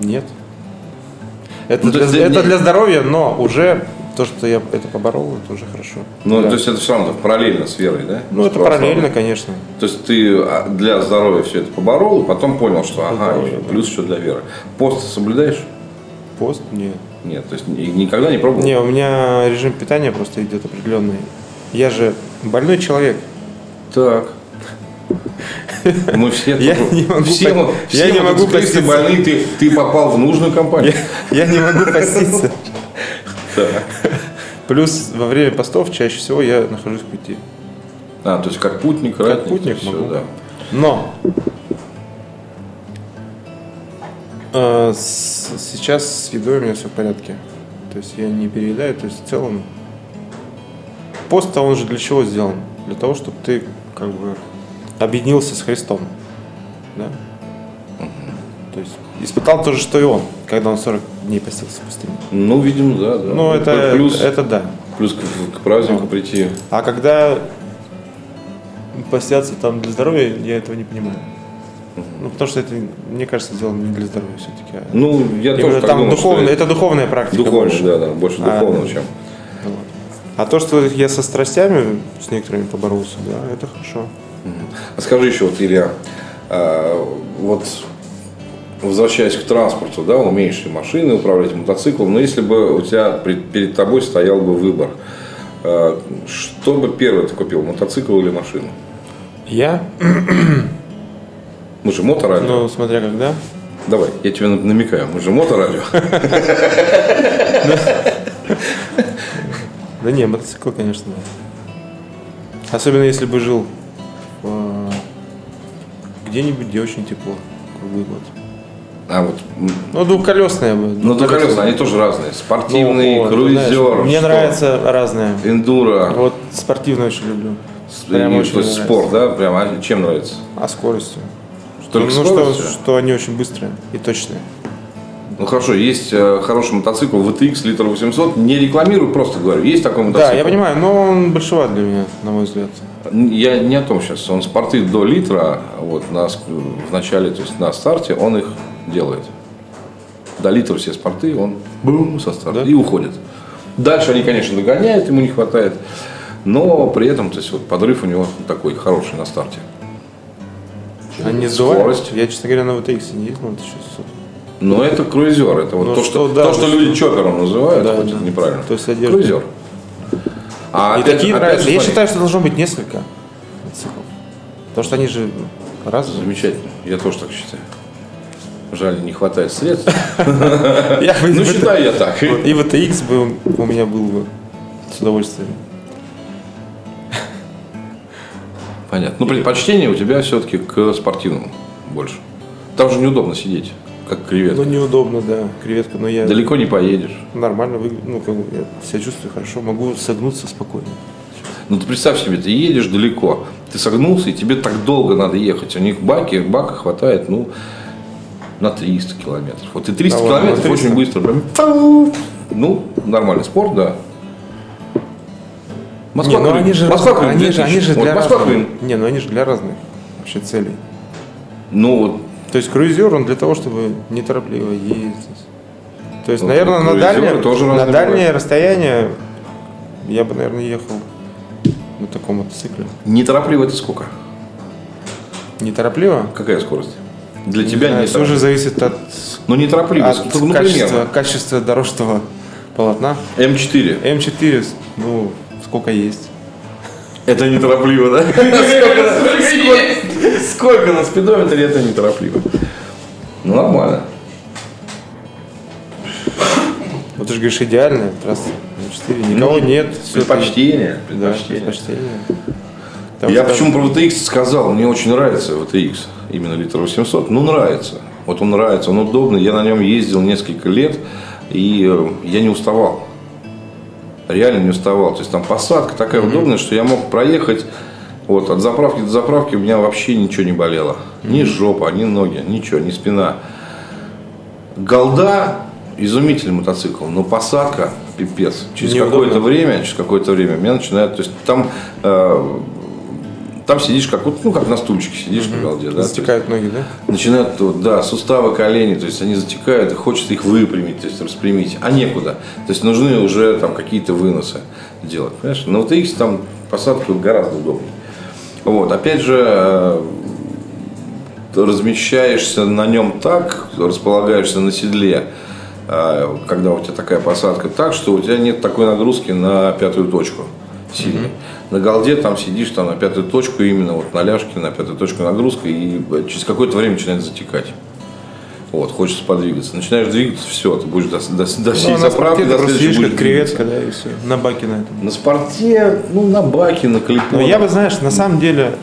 Speaker 2: нет. Это,
Speaker 1: Ну, то
Speaker 2: для,
Speaker 1: есть ты
Speaker 2: это
Speaker 1: не-
Speaker 2: для здоровья, но уже то, что я это поборол, это уже хорошо.
Speaker 1: Ну,
Speaker 2: Да.
Speaker 1: то есть это все равно параллельно с верой, да?
Speaker 2: ну
Speaker 1: С
Speaker 2: это
Speaker 1: православием.
Speaker 2: параллельно, конечно.
Speaker 1: То есть ты а, для здоровья все это поборол, и потом понял, что ага,
Speaker 2: Здоровье,
Speaker 1: и
Speaker 2: да.
Speaker 1: плюс еще для веры. Пост соблюдаешь?
Speaker 2: Пост? Нет.
Speaker 1: Нет, то есть ни- никогда не пробовал?
Speaker 2: Не, у меня режим питания просто идет определенный. Я же больной человек.
Speaker 1: Так. Мы все,
Speaker 2: Я
Speaker 1: тут-
Speaker 2: не могу
Speaker 1: все,
Speaker 2: пон-
Speaker 1: все
Speaker 2: я не
Speaker 1: вот
Speaker 2: могу
Speaker 1: тут крысы
Speaker 2: проститься.
Speaker 1: больны, ты, ты попал в нужную компанию.
Speaker 2: Я не могу поститься.
Speaker 1: Так.
Speaker 2: Плюс во время постов чаще всего я нахожусь в пути.
Speaker 1: А, то есть как путник, ратник,
Speaker 2: путник
Speaker 1: всё,
Speaker 2: могу.
Speaker 1: да.
Speaker 2: Но э, с- сейчас с едой у меня все в порядке. То есть я не переедаю, то есть в целом пост-то он же для чего сделан? Для того, чтобы ты как бы объединился с Христом. Да? То есть испытал то же, что и он, когда он 40 дней постился в пустыне.
Speaker 1: Ну, видимо, да, да.
Speaker 2: Ну, это,
Speaker 1: плюс,
Speaker 2: это да.
Speaker 1: плюс к, к празднику прийти.
Speaker 2: А когда постятся там для здоровья, я этого не понимаю. Ну, потому что это, мне кажется, дело не для здоровья все-таки. а
Speaker 1: Ну, я
Speaker 2: именно
Speaker 1: тоже так
Speaker 2: там
Speaker 1: думал, что
Speaker 2: духовно- это духовная практика.
Speaker 1: духовно,
Speaker 2: больше.
Speaker 1: да, да, больше
Speaker 2: А,
Speaker 1: духовно,
Speaker 2: да.
Speaker 1: чем.
Speaker 2: Вот. А то, что я со страстями с некоторыми поборолся, да, это хорошо.
Speaker 1: А скажи еще, вот, Илья, а, вот возвращаясь к транспорту, да, умеешь и машиной управлять, и мотоциклом, но если бы у тебя пред- перед тобой стоял бы выбор, а, что бы первое ты купил, мотоцикл или машину?
Speaker 2: Я?
Speaker 1: Мы же моторадио.
Speaker 2: Ну, смотря когда.
Speaker 1: Давай, я тебе на- намекаю, мы же моторадио.
Speaker 2: (laughs) Да не, мотоцикл, конечно. Особенно если бы жил э, где-нибудь, где очень тепло круглый год.
Speaker 1: А вот, м,
Speaker 2: Ну, двухколесная бы.
Speaker 1: ну, двухколесные, они тоже разные. Спортивный,
Speaker 2: Ну, вот,
Speaker 1: круизер.
Speaker 2: знаешь, Мне
Speaker 1: что?
Speaker 2: нравится разное.
Speaker 1: Эндуро.
Speaker 2: Вот спортивную очень люблю.
Speaker 1: с-
Speaker 2: прям
Speaker 1: и,
Speaker 2: очень
Speaker 1: то есть
Speaker 2: нравится.
Speaker 1: спорт, да? Прям, а чем нравится?
Speaker 2: А скоростью?
Speaker 1: Только
Speaker 2: ну, что,
Speaker 1: скорость?
Speaker 2: что они очень быстрые и точные.
Speaker 1: Ну хорошо, есть э, хороший мотоцикл VTX литр 800, не рекламирую, просто говорю, есть такой мотоцикл.
Speaker 2: Да, я понимаю, но он большеват для меня, на мой взгляд.
Speaker 1: Я не о том сейчас, он спорты до литра, вот на, ск- в начале, то есть на старте он их делает. До литра все спорты, он бум со старта
Speaker 2: Да?
Speaker 1: и уходит. Дальше они, конечно, догоняют, ему не хватает, но при этом, то есть вот подрыв у него такой хороший на старте.
Speaker 2: Они не
Speaker 1: Скорость.
Speaker 2: сдувают. Я, честно говоря, на VTX не ездил, это что
Speaker 1: Но это круизер, это вот
Speaker 2: Ну,
Speaker 1: то, что,
Speaker 2: что, да,
Speaker 1: то, что
Speaker 2: вот
Speaker 1: люди
Speaker 2: что-
Speaker 1: чопером называют,
Speaker 2: Да,
Speaker 1: хоть
Speaker 2: да.
Speaker 1: это неправильно.
Speaker 2: То есть одежда.
Speaker 1: Круизер. А
Speaker 2: И
Speaker 1: опять-
Speaker 2: такие
Speaker 1: опять
Speaker 2: нравятся.
Speaker 1: же,
Speaker 2: Я
Speaker 1: смотри.
Speaker 2: считаю, что должно быть несколько мотоциклов. Потому что они же ну, разные.
Speaker 1: Замечательно. Я тоже так считаю. Жаль, не хватает
Speaker 2: (laughs)
Speaker 1: средств.
Speaker 2: Я бы
Speaker 1: Ну,
Speaker 2: и VT-
Speaker 1: считаю я так.
Speaker 2: И VTX бы у меня был бы с удовольствием.
Speaker 1: Понятно. Ну, предпочтение у тебя все-таки к спортивному больше. Там же неудобно сидеть, как
Speaker 2: Ну,
Speaker 1: креветка.
Speaker 2: неудобно, да, креветка, но я...
Speaker 1: Далеко не поедешь.
Speaker 2: нормально выглядит, ну, как бы я себя чувствую хорошо, могу согнуться спокойно.
Speaker 1: Ну, ты представь себе, ты едешь далеко, ты согнулся, и тебе так долго надо ехать. У них баки, бака хватает, ну, на 300 километров. Вот и 300
Speaker 2: Да ладно,
Speaker 1: километров
Speaker 2: на 300.
Speaker 1: очень быстро. прям фау. Ну, нормальный спорт, да. Москва,
Speaker 2: не, ну,
Speaker 1: Крым.
Speaker 2: они же,
Speaker 1: Москва, Крым,
Speaker 2: разные, они, же,
Speaker 1: 2000.
Speaker 2: они же
Speaker 1: Вот
Speaker 2: для
Speaker 1: Москва, Крым.
Speaker 2: разных. Не, ну они же для разных вообще целей.
Speaker 1: Ну, вот
Speaker 2: То есть круизер, он для того, чтобы неторопливо ездить. То есть,
Speaker 1: Ну,
Speaker 2: наверное, на
Speaker 1: круизеры
Speaker 2: дальние,
Speaker 1: тоже
Speaker 2: на
Speaker 1: разные
Speaker 2: дальние
Speaker 1: бывают.
Speaker 2: расстояния я бы, наверное, ехал на таком мотоцикле.
Speaker 1: неторопливо это сколько?
Speaker 2: Неторопливо?
Speaker 1: Какая скорость? Для
Speaker 2: Не
Speaker 1: тебя
Speaker 2: знаю,
Speaker 1: не
Speaker 2: всё уже
Speaker 1: торопливо.
Speaker 2: зависит от,
Speaker 1: Ну, неторопливо.
Speaker 2: от
Speaker 1: Ну, ну,
Speaker 2: качества,
Speaker 1: примерно.
Speaker 2: качества дорожного полотна.
Speaker 1: М4.
Speaker 2: М4, ну, сколько есть.
Speaker 1: Это неторопливо, да? Сколько на- сколько- Сколько на спидометре, это неторопливо. Ну, нормально.
Speaker 2: Вот ты же говоришь, идеальная трасса. четыре. Никого нет. Ну, всё это-
Speaker 1: Предпочтение.
Speaker 2: Да,
Speaker 1: предпочтение.
Speaker 2: предпочтение. Там
Speaker 1: я почему
Speaker 2: скажем,
Speaker 1: про VTX сказал, мне очень нравится VTX, именно литр 800, ну нравится. Вот он нравится, он удобный, я на нем ездил несколько лет, и э, я не уставал. Реально не уставал. То есть там посадка такая удобная, что я мог проехать вот, от заправки до заправки, у меня вообще ничего не болело. Ни жопа, ни ноги, ничего, ни спина. Голда изумительный мотоцикл, но посадка пипец. Через
Speaker 2: Неудобно.
Speaker 1: какое-то время, через какое-то время меня начинает, то есть там э, там сидишь как вот, ну как на стульчике сидишь на голде, да.
Speaker 2: Затекают ноги, да?
Speaker 1: Начинают, вот, да, суставы, колени, то есть они затекают, и хочется их выпрямить, то есть распрямить, а некуда. То есть нужны уже там какие-то выносы делать, понимаешь? На VTX там посадка гораздо удобнее. Вот, опять же, э, ты размещаешься на нем так, располагаешься на седле, э, когда у тебя такая посадка, так, что у тебя нет такой нагрузки на пятую точку сильной. На голде там сидишь там на пятую точку, именно вот на ляжке, на пятую точку нагрузка, и э, через какое-то время начинает затекать. Вот, хочется подвигаться. Начинаешь двигаться, все, ты будешь до, до- до всей
Speaker 2: Ну, а на
Speaker 1: заправки,
Speaker 2: спорте
Speaker 1: до
Speaker 2: ты
Speaker 1: следующей
Speaker 2: просто сидишь, как
Speaker 1: будешь двигаться.
Speaker 2: креветка, да, и все. На баке на этом.
Speaker 1: На спорте, ну, на баке, на
Speaker 2: Но
Speaker 1: клипу.
Speaker 2: я бы, знаешь, на самом деле,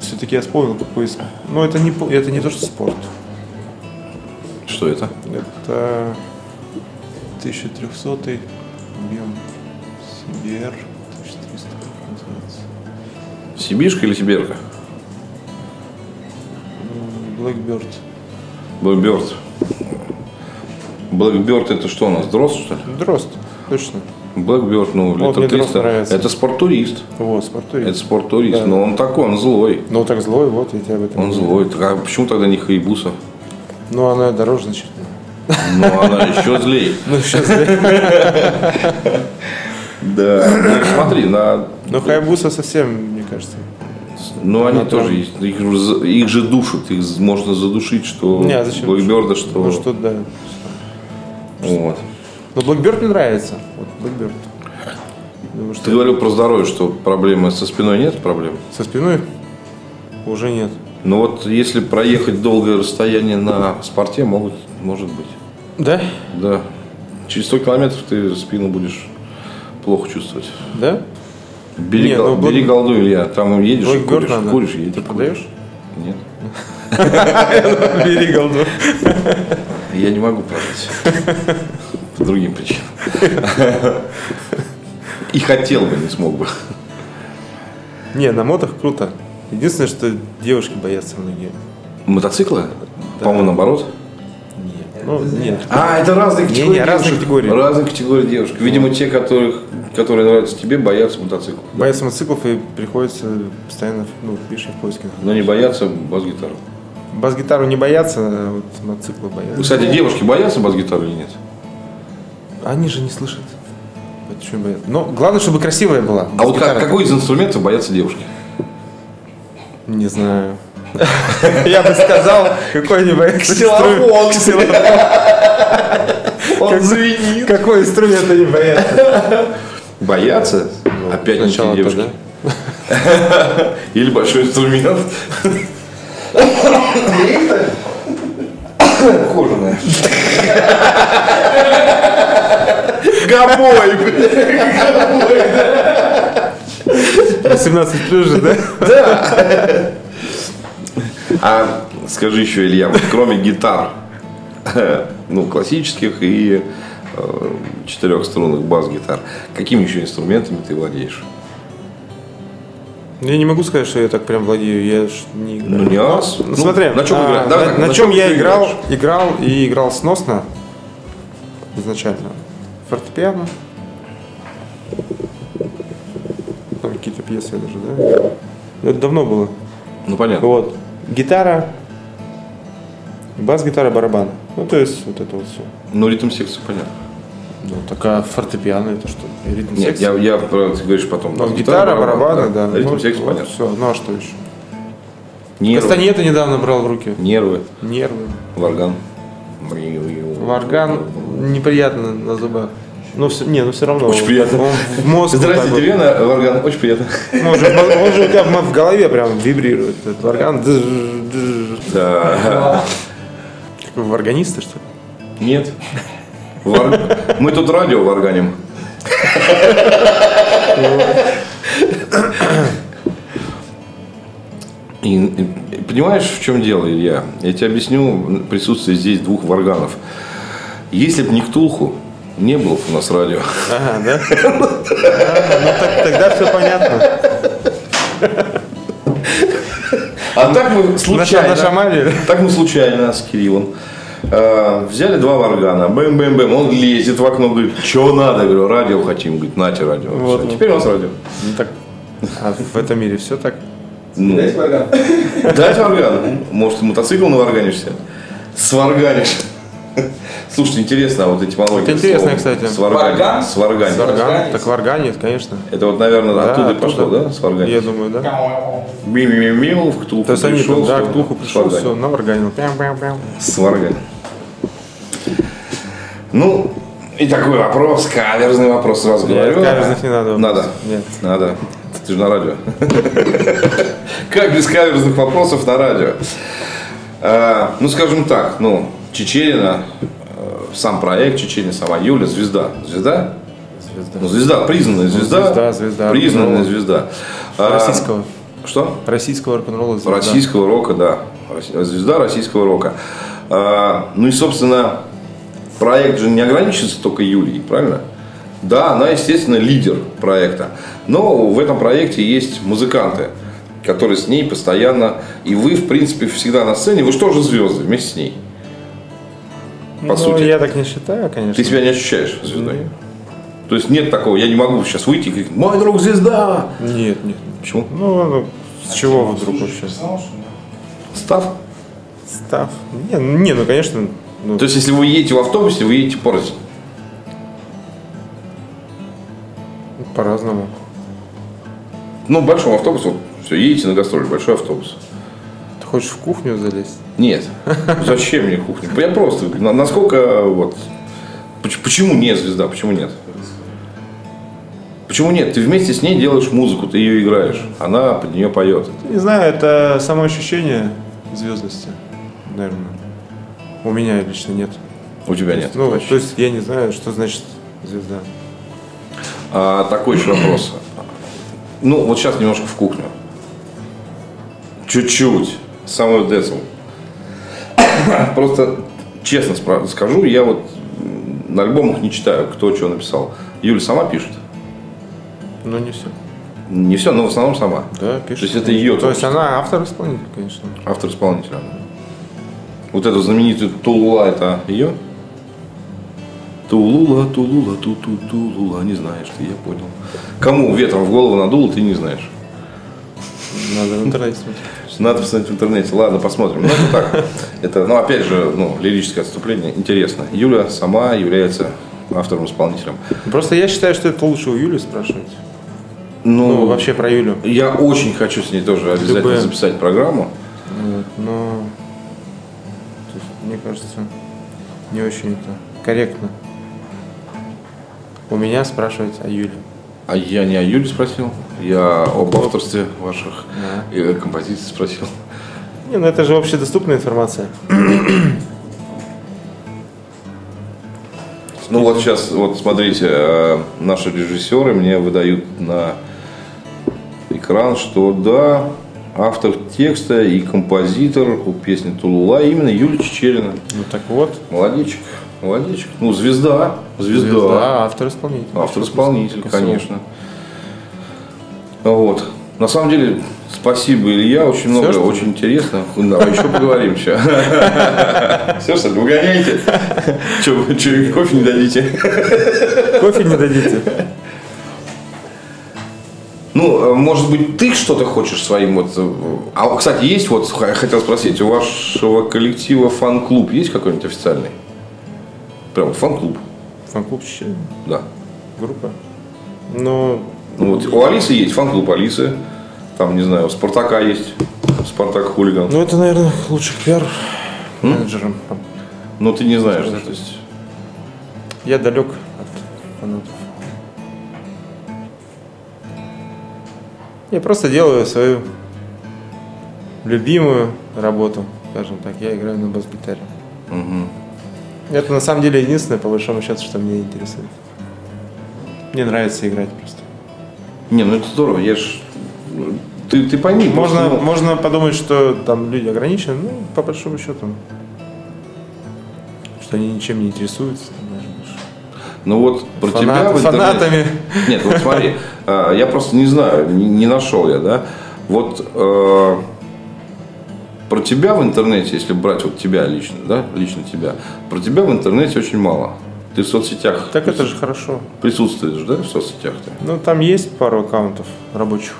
Speaker 2: все-таки я вспомнил какой из- Ну, это не, по- это не то, что спорт.
Speaker 1: Что это?
Speaker 2: Это 1300 объем CBR 1300, как называется.
Speaker 1: Сибишка или Сибирка?
Speaker 2: М, Blackbird.
Speaker 1: Blackbird. Blackbird это что у нас, дрозд, что ли?
Speaker 2: Дрозд, точно.
Speaker 1: Blackbird, ну, литр
Speaker 2: Вот мне дрозд
Speaker 1: 300.
Speaker 2: нравится.
Speaker 1: Это спорт-турист.
Speaker 2: Вот, спортует.
Speaker 1: Это спорт-турист,
Speaker 2: Да.
Speaker 1: но он такой, он злой.
Speaker 2: Ну, так злой, вот, я тебе об этом
Speaker 1: Он
Speaker 2: говорю.
Speaker 1: злой. Так, а почему тогда не Хаябуса?
Speaker 2: Ну, она дороже значительно.
Speaker 1: Но она еще злее.
Speaker 2: Ну, сейчас,
Speaker 1: Да. Смотри, на...
Speaker 2: Ну, Хайбуса совсем, мне кажется.
Speaker 1: Ну, они
Speaker 2: Она
Speaker 1: тоже
Speaker 2: там-
Speaker 1: есть. Их, же за- их же душат. Их можно задушить, что
Speaker 2: Не, а зачем
Speaker 1: Blackbird, что...
Speaker 2: Ну, что, да.
Speaker 1: Вот.
Speaker 2: Но Blackbird мне нравится. Вот, Blackbird. Потому что
Speaker 1: Ты говорил про здоровье, что проблемы со спиной нет проблем.
Speaker 2: со спиной уже нет.
Speaker 1: Но вот если проехать долгое расстояние на спорте, могут, может быть.
Speaker 2: Да?
Speaker 1: Да. Через 100 километров ты спину будешь плохо чувствовать.
Speaker 2: Да?
Speaker 1: Бери,
Speaker 2: Не,
Speaker 1: гол-
Speaker 2: ну, Блэк-
Speaker 1: бери голду, Илья. Там едешь, и
Speaker 2: Blackbird
Speaker 1: куришь,
Speaker 2: надо.
Speaker 1: куришь, едешь.
Speaker 2: Ты
Speaker 1: куришь.
Speaker 2: продаешь?
Speaker 1: Нет.
Speaker 2: Бери голду.
Speaker 1: Я не могу продать.
Speaker 2: (laughs)
Speaker 1: По другим причинам. И хотел бы, не смог бы.
Speaker 2: Не, на мотах круто. Единственное, что девушки боятся многие.
Speaker 1: Мотоциклы? По-моему, наоборот.
Speaker 2: Ну, нет.
Speaker 1: А, это разные
Speaker 2: Не-не, разные категории. Ну.
Speaker 1: Разные категории девушек. Видимо, те, которых, которые нравятся тебе, боятся мотоциклов.
Speaker 2: Боятся мотоциклов и приходится постоянно, ну, видишь, в поиске.
Speaker 1: Но не боятся бас-гитары.
Speaker 2: Бас-гитару не боятся, а вот мотоциклы боятся.
Speaker 1: Кстати, девушки боятся бас-гитары или нет?
Speaker 2: Они же не слышат. Почему боятся? Но главное, чтобы красивая была.
Speaker 1: А вот как,
Speaker 2: Бас-гитара-то.
Speaker 1: какой из инструментов боятся девушки?
Speaker 2: Не знаю. Я бы сказал, какой-нибудь
Speaker 1: Ксилофон.
Speaker 2: инструмент.
Speaker 1: Он звенит.
Speaker 2: Какой инструмент они боятся?
Speaker 1: Боятся? (laughs) Опять не те
Speaker 2: сначала-то,
Speaker 1: девушки. Или большой инструмент. Кожаная. Гобой, блядь.
Speaker 2: 18 плюс же, да?
Speaker 1: А скажи еще, Илья, вот кроме гитар, (laughs) ну, классических и э, четырехструнных бас-гитар, какими еще инструментами ты владеешь?
Speaker 2: Я не могу сказать, что я так прям владею. Я ж не играю.
Speaker 1: Ну, не ас. Ну,
Speaker 2: Смотри,
Speaker 1: на чем
Speaker 2: а,
Speaker 1: играть?
Speaker 2: на-
Speaker 1: Давай так,
Speaker 2: на
Speaker 1: на
Speaker 2: чем
Speaker 1: чем
Speaker 2: я
Speaker 1: ты
Speaker 2: играл,
Speaker 1: играешь?
Speaker 2: играл и играл сносно изначально. Фортепиано. Там какие-то пьесы я даже, да? играл. Это давно было.
Speaker 1: Ну, понятно.
Speaker 2: Вот. Гитара, бас-гитара, барабан. Ну, то есть, вот это вот все.
Speaker 1: Ну, ритм секса, понятно.
Speaker 2: Ну, такая фортепиано, это что? Ритм
Speaker 1: Нет, я, я про- ты говоришь потом.
Speaker 2: Ну,
Speaker 1: бас,
Speaker 2: гитара, барабаны, да.
Speaker 1: Ритм секс, понятно.
Speaker 2: Все, ну а что еще?
Speaker 1: Нервы.
Speaker 2: Кастаньету недавно брал в руки.
Speaker 1: Нервы.
Speaker 2: Нервы.
Speaker 1: Варган.
Speaker 2: Варган неприятно на зубах. Ну, все, не, ну все равно.
Speaker 1: Очень
Speaker 2: он-
Speaker 1: приятно.
Speaker 2: Он в мозг.
Speaker 1: Здравствуйте,
Speaker 2: вот
Speaker 1: Лена. Варган, очень приятно.
Speaker 2: так вот. Ну, Он же, в мозг- он же у тебя в, мо- в голове прям вибрирует. Этот варган. Дж- дж-
Speaker 1: Да.
Speaker 2: Такой варганист, ты, что ли?
Speaker 1: Нет. Вар- Мы тут радио варганим. И, и понимаешь, в чем дело, Илья? Я тебе объясню присутствие здесь двух варганов. Если бы не Ктулху, не было бы у нас радио.
Speaker 2: Ага, да? А, ну так- тогда все понятно.
Speaker 1: А так мы случайно...
Speaker 2: наша маме.
Speaker 1: Так мы случайно с Кириллом э, взяли два варгана, бэм-бэм-бэм, он лезет в окно, говорит, что надо? Я говорю, радио хотим, говорит, нате радио. Всё,
Speaker 2: Вот, вот.
Speaker 1: Теперь у нас радио.
Speaker 2: Ну так, а в этом мире все так.
Speaker 1: Ну,
Speaker 4: Дайте программу.
Speaker 1: Дать варган? Может, мотоцикл наварганишься? Сварганишь. Слушайте, интересно, а вот эти
Speaker 2: Это интересно, кстати.
Speaker 1: Сварган.
Speaker 4: Варган?
Speaker 1: Сварган.
Speaker 4: Сварган.
Speaker 2: Варган,
Speaker 4: Варганец.
Speaker 2: так варганит, конечно.
Speaker 1: Это вот, наверное,
Speaker 2: Да,
Speaker 1: Ну, А оттуда и
Speaker 2: оттуда.
Speaker 1: пошло, да? Сварган.
Speaker 2: Я думаю, да.
Speaker 1: Ми-ми-ми-мил, в Ктулху
Speaker 2: То есть они
Speaker 1: пришел.
Speaker 2: там, да,
Speaker 1: всё,
Speaker 2: к духу пришел,
Speaker 1: сварганил.
Speaker 2: все, наварганил. Прям-прям-прям.
Speaker 1: Сварга. Ну, и такой вопрос, каверзный вопрос, сразу
Speaker 2: Нет,
Speaker 1: говорю.
Speaker 2: каверзных не надо
Speaker 1: Надо.
Speaker 2: вопросов. Нет.
Speaker 1: Надо. Ты же на радио. (laughs) Как без каверзных вопросов на радио? Э, Ну, скажем так, ну, Чечерина, э, сам проект Чечерина, сама Юля, звезда. Звезда?
Speaker 2: Звезда.
Speaker 1: Ну, звезда, признанная звезда.
Speaker 2: звезда, звезда.
Speaker 1: Признанная
Speaker 2: Ну,
Speaker 1: звезда. А,
Speaker 2: Российского.
Speaker 1: Что?
Speaker 2: Российского рок-н-ролла. звезда.
Speaker 1: Российского рока, да. Рос- Звезда российского рока. А, ну и, собственно, проект же не ограничится только Юлией, правильно? Да, она, естественно, лидер проекта. Но в этом проекте есть музыканты, которые с ней постоянно... И вы, в принципе, всегда на сцене. Вы же тоже звезды вместе с ней. По
Speaker 2: Ну,
Speaker 1: сути.
Speaker 2: я так не считаю, конечно.
Speaker 1: Ты себя не ощущаешь звездой. То есть нет такого, я не могу сейчас выйти и говорить, мой друг звезда.
Speaker 2: Нет, нет.
Speaker 1: Почему?
Speaker 2: Ну, ну, с чего вдруг вообще?
Speaker 1: Став.
Speaker 2: Став. Не, не, ну, конечно, ну,
Speaker 1: То есть, если вы едете в автобусе, вы едете порознь.
Speaker 2: по-разному.
Speaker 1: Ну, большой автобус, вот, все, едете на гастроли, большой автобус.
Speaker 2: Ты хочешь в кухню залезть?
Speaker 1: Нет, зачем мне кухня? Я просто, на- насколько вот, поч- почему не звезда, почему нет? Почему нет? Ты вместе с ней делаешь музыку, ты ее играешь, она под нее поет.
Speaker 2: Не знаю, это само ощущение звездности, наверное. У меня лично нет.
Speaker 1: У тебя нет.
Speaker 2: Ну, то есть я не знаю, что значит звезда.
Speaker 1: А, такой еще вопрос. Ну, вот сейчас немножко в кухню. Чуть-чуть. Самую децл. (coughs) Просто честно спра- скажу, я вот м, на альбомах не читаю, кто чего написал. Юля сама пишет.
Speaker 2: Ну, не все.
Speaker 1: Не все, но в основном сама.
Speaker 2: Да, пишет.
Speaker 1: То есть это
Speaker 2: конечно.
Speaker 1: ее
Speaker 2: То есть она автор-исполнитель, конечно.
Speaker 1: Автор исполнителя. Вот эту знаменитую Тулула, это ее? Тулула, Тулула, ту ту Тулула, не знаешь ты, я понял. Кому ветром в голову надуло, ты не знаешь.
Speaker 2: Надо в интернете смотреть.
Speaker 1: Надо посмотреть в интернете. Ладно, посмотрим. Ну, это так. Это, ну, опять же, ну, лирическое отступление. Интересно. Юля сама является автором-исполнителем.
Speaker 2: Просто я считаю, что это лучше у Юли спрашивать.
Speaker 1: Ну,
Speaker 2: Ну, вообще про Юлю.
Speaker 1: я очень хочу с ней тоже обязательно
Speaker 2: Любая.
Speaker 1: записать программу.
Speaker 2: Вот, но то есть, мне кажется, не очень это корректно. У меня спрашивать о Юле.
Speaker 1: А я не о Юле спросил, я об авторстве ваших э, композиций спросил.
Speaker 2: Не, ну это же общедоступная информация.
Speaker 1: Ну вот сейчас, вот смотрите, э, наши режиссеры мне выдают на экран, что да, автор текста и композитор у песни Тулула именно Юлия Чечерина.
Speaker 2: Ну так вот.
Speaker 1: Молодечек, молодечек. Ну, звезда, звезда.
Speaker 2: а автор-исполнитель.
Speaker 1: Автор-исполнитель,
Speaker 2: Красиво.
Speaker 1: конечно. Вот. На самом деле, спасибо, Илья, очень много,
Speaker 2: что ли?
Speaker 1: очень интересно. Да, еще поговорим сейчас. Все, что ли, выгоняете? Че, вы- че, кофе не дадите? (laughs)
Speaker 2: Кофе не дадите.
Speaker 1: Ну, э, может быть, ты что-то хочешь своим вот... э, А, кстати, есть вот, х- хотел спросить, у вашего коллектива фан-клуб есть какой-нибудь официальный? Прям вот фан-клуб,
Speaker 2: Фан-клуб Чечен,
Speaker 1: да.
Speaker 2: группа. Но
Speaker 1: Ну, вот у Алисы есть фан-клуб Алисы. Там, не знаю, у Спартака есть Спартак хулиган.
Speaker 2: ну это, наверное, лучше к пиар-менеджерам.
Speaker 1: Но Ну, ты не знаешь, да, то есть.
Speaker 2: Я далек от фанатов. Я просто делаю свою любимую работу, скажем так. Я играю на бас-гитаре. Это на самом деле единственное, по большому счету, что меня интересует. Мне нравится играть просто.
Speaker 1: Не, ну это здорово, я ж... Ты, ты пойми,
Speaker 2: Можно,
Speaker 1: просто, ну,
Speaker 2: можно подумать, что там люди ограничены, ну, по большому счету. Что они ничем не интересуются. там, знаешь, больше.
Speaker 1: ну вот про тебя
Speaker 2: Фанат-
Speaker 1: в интернете-
Speaker 2: фанатами.
Speaker 1: Нет, вот смотри, а, я просто не знаю, не- не нашел я, да. Вот э, про тебя в интернете, если брать вот тебя лично, да, лично тебя, про тебя в интернете очень мало. Ты в соцсетях
Speaker 2: Так это
Speaker 1: прису-
Speaker 2: же хорошо.
Speaker 1: присутствуешь, да, в соцсетях ты?
Speaker 2: Ну, там есть пару аккаунтов рабочих.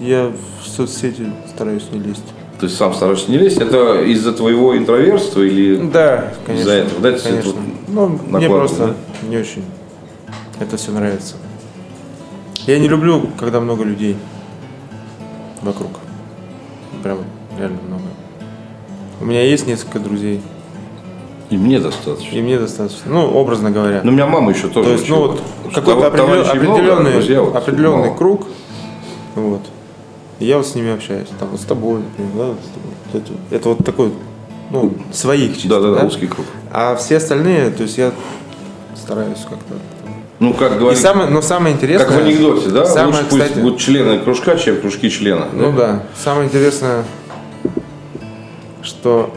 Speaker 2: Я в соцсети стараюсь не лезть.
Speaker 1: То есть сам стараешься не лезть, это из-за твоего интроверства или...
Speaker 2: Да, конечно.
Speaker 1: Из-за этого, да, это всё
Speaker 2: конечно.
Speaker 1: тут
Speaker 2: Ну, мне
Speaker 1: накладывают,
Speaker 2: просто не очень это все нравится. Я не люблю, когда много людей вокруг. Прям реально много. У меня есть несколько друзей,
Speaker 1: И мне достаточно.
Speaker 2: и мне достаточно. Ну, образно говоря.
Speaker 1: Ну, у меня мама еще тоже
Speaker 2: То есть, ну
Speaker 1: учила,
Speaker 2: вот
Speaker 1: что
Speaker 2: какой-то
Speaker 1: тов-
Speaker 2: определен-
Speaker 1: товарищей много, а
Speaker 2: определенный,
Speaker 1: друзья вот
Speaker 2: определенный
Speaker 1: мало.
Speaker 2: круг. Вот. И я вот с ними общаюсь. Там вот с тобой, например, да, вот с тобой. Вот Это, это вот такой, ну, своих чисто.
Speaker 1: Да-да-да, узкий круг.
Speaker 2: А все остальные, то есть я стараюсь как-то.
Speaker 1: Ну, как
Speaker 2: И
Speaker 1: говорится,
Speaker 2: самое, но самое интересное.
Speaker 1: как в анекдоте, да?
Speaker 2: Самое,
Speaker 1: Лучше пусть
Speaker 2: кстати,
Speaker 1: будут члены кружка, чем кружки члена.
Speaker 2: ну да. Самое интересное, что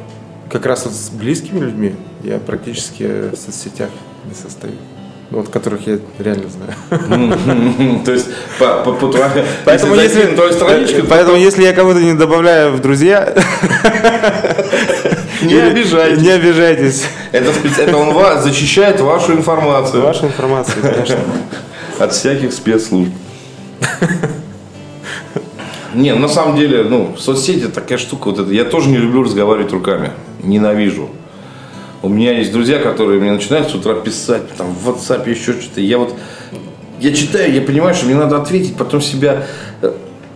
Speaker 2: как раз вот с близкими людьми я практически в соцсетях не состою. Ну, вот которых я реально знаю.
Speaker 1: (laughs) То есть, по, по, по твоей-
Speaker 2: Поэтому
Speaker 1: зайти
Speaker 2: если,
Speaker 1: на твою страничку,
Speaker 2: поэтому если я кого-то не добавляю в друзья,
Speaker 1: не
Speaker 2: или-
Speaker 1: обижайтесь.
Speaker 2: (laughs) Не обижайтесь.
Speaker 1: Это, спец- это он вас защищает вашу информацию
Speaker 2: Ваша информация, конечно.
Speaker 1: от всяких спецслужб. Не, на самом деле, ну, соцсети такая штука, вот это, я тоже не люблю разговаривать руками, ненавижу. У меня есть друзья, которые мне начинают с утра писать, там, в WhatsApp, еще что-то. Я вот, я читаю, я понимаю, что мне надо ответить, потом себя э,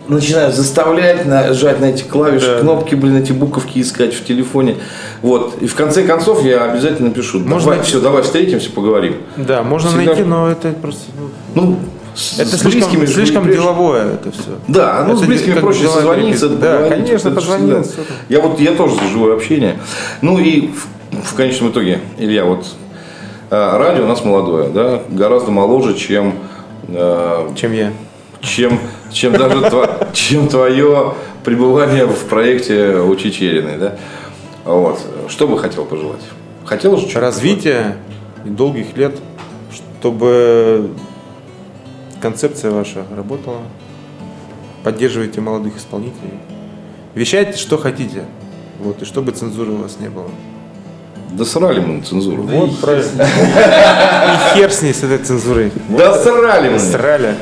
Speaker 1: начинаю заставлять нажать на эти клавиши, кнопки, блин, эти буковки искать в телефоне. Вот, и в конце концов я обязательно напишу,
Speaker 2: Можно-
Speaker 1: давай, все, давай встретимся, поговорим.
Speaker 2: Да, можно
Speaker 1: Всегда-
Speaker 2: найти, но это просто. ну,
Speaker 1: Ну, с,
Speaker 2: Это
Speaker 1: с
Speaker 2: слишком,
Speaker 1: же
Speaker 2: слишком
Speaker 1: не прешь.
Speaker 2: деловое это все.
Speaker 1: Да, ну
Speaker 2: Это
Speaker 1: с близкими
Speaker 2: как
Speaker 1: проще
Speaker 2: деловая
Speaker 1: созвониться.
Speaker 2: переписка. Да,
Speaker 1: поговорить, это
Speaker 2: конечно,
Speaker 1: же
Speaker 2: позвонил,
Speaker 1: всегда.
Speaker 2: всё там.
Speaker 1: Я вот я тоже за живое общение. Ну и в, в конечном итоге, Илья, вот э, радио у нас молодое, да, гораздо моложе, чем э,
Speaker 2: Чем я.
Speaker 1: чем чем даже тво- (laughs) чем твое пребывание в проекте у Чечериной, да. Вот, что бы хотел пожелать? Хотел же
Speaker 2: Развитие и долгих лет, чтобы концепция ваша работала. Поддерживайте молодых исполнителей. Вещайте, что хотите. Вот, и чтобы цензуры у вас не было.
Speaker 1: Досрали мы на цензуру.
Speaker 2: вот, правильно. (laughs) И хер с ней, с этой цензурой.
Speaker 1: Досрали мы.
Speaker 2: Срали.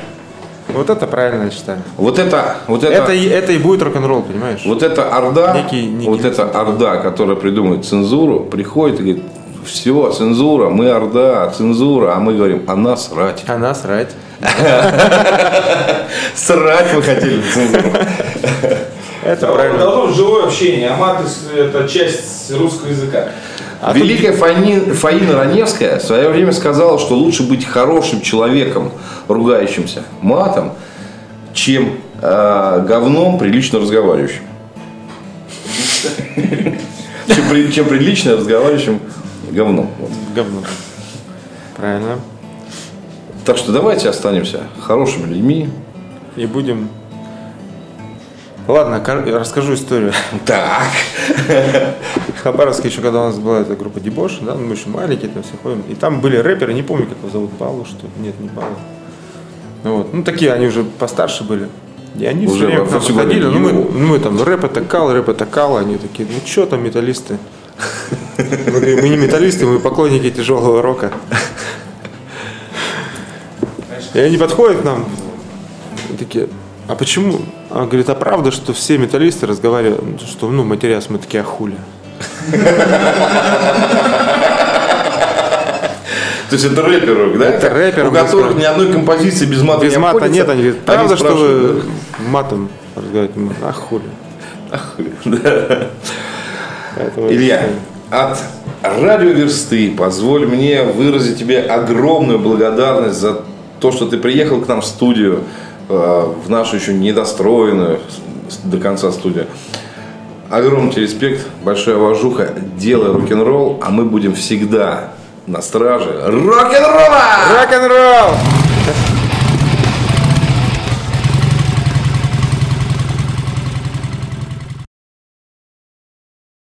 Speaker 2: Вот это правильно, я считаю.
Speaker 1: Вот это, вот это,
Speaker 2: Это, и- это и будет рок-н-ролл, понимаешь?
Speaker 1: Вот эта орда,
Speaker 2: Некий- некий
Speaker 1: вот эта орда, которая придумывает цензуру, приходит и говорит, все, цензура, мы орда, цензура, а мы говорим, она срать.
Speaker 2: А нас срать.
Speaker 1: (laughs) Срать вы хотели цензуру.
Speaker 2: Это
Speaker 4: Давно,
Speaker 2: правильно.
Speaker 4: давно живое общение, а мат из- это часть русского языка.
Speaker 1: (laughs) Великая Фаини- Фаина Раневская в свое время сказала, что лучше быть хорошим человеком, ругающимся матом, чем э, говном, прилично разговаривающим. (laughs) Чем при- Чем прилично разговаривающим говном. Вот.
Speaker 2: Говно. Правильно.
Speaker 1: Так что давайте останемся хорошими людьми.
Speaker 2: И будем... Ладно, кор- расскажу историю.
Speaker 1: Так.
Speaker 2: В Хабаровске еще, когда у нас была эта группа Дебош, да, ну, мы еще маленькие там все ходим, и там были рэперы, не помню, как его зовут, Балу, что ли? Нет, не Балу. Ну Вот. Ну, такие они уже постарше были. И они
Speaker 1: Уже
Speaker 2: все время к нам
Speaker 1: вовсю говорили,
Speaker 2: подходили, ну мы,
Speaker 1: «Йоу».
Speaker 2: ну, мы там рэп атакал, рэп атакал, они такие, ну что там металлисты? Мы говорим, мы не металлисты, мы поклонники тяжелого рока. И они подходят к нам, и такие, а почему? А, говорит, а правда, что все металлисты разговаривают, ну, что, ну, матерясь, мы такие, а хули?
Speaker 1: То есть это рэперы, да?
Speaker 2: Это рэперы,
Speaker 1: У которых
Speaker 2: господи.
Speaker 1: ни одной композиции без мата
Speaker 2: Без
Speaker 1: не
Speaker 2: мата
Speaker 1: обходится.
Speaker 2: нет, они говорят, правда, что вы
Speaker 1: спрашивают,
Speaker 2: матом разговариваете? Мы, А хули?
Speaker 1: да? Ахуй, (laughs) да.
Speaker 2: Поэтому
Speaker 1: Илья, от радиоверсты позволь мне выразить тебе огромную благодарность за то, что ты приехал к нам в студию, э, в нашу еще недостроенную с- до конца студию. А, огромный тебе респект, большая уважуха, делай рок-н-ролл, а мы будем всегда на страже рок-н-ролла!
Speaker 2: Рок-н-ролл!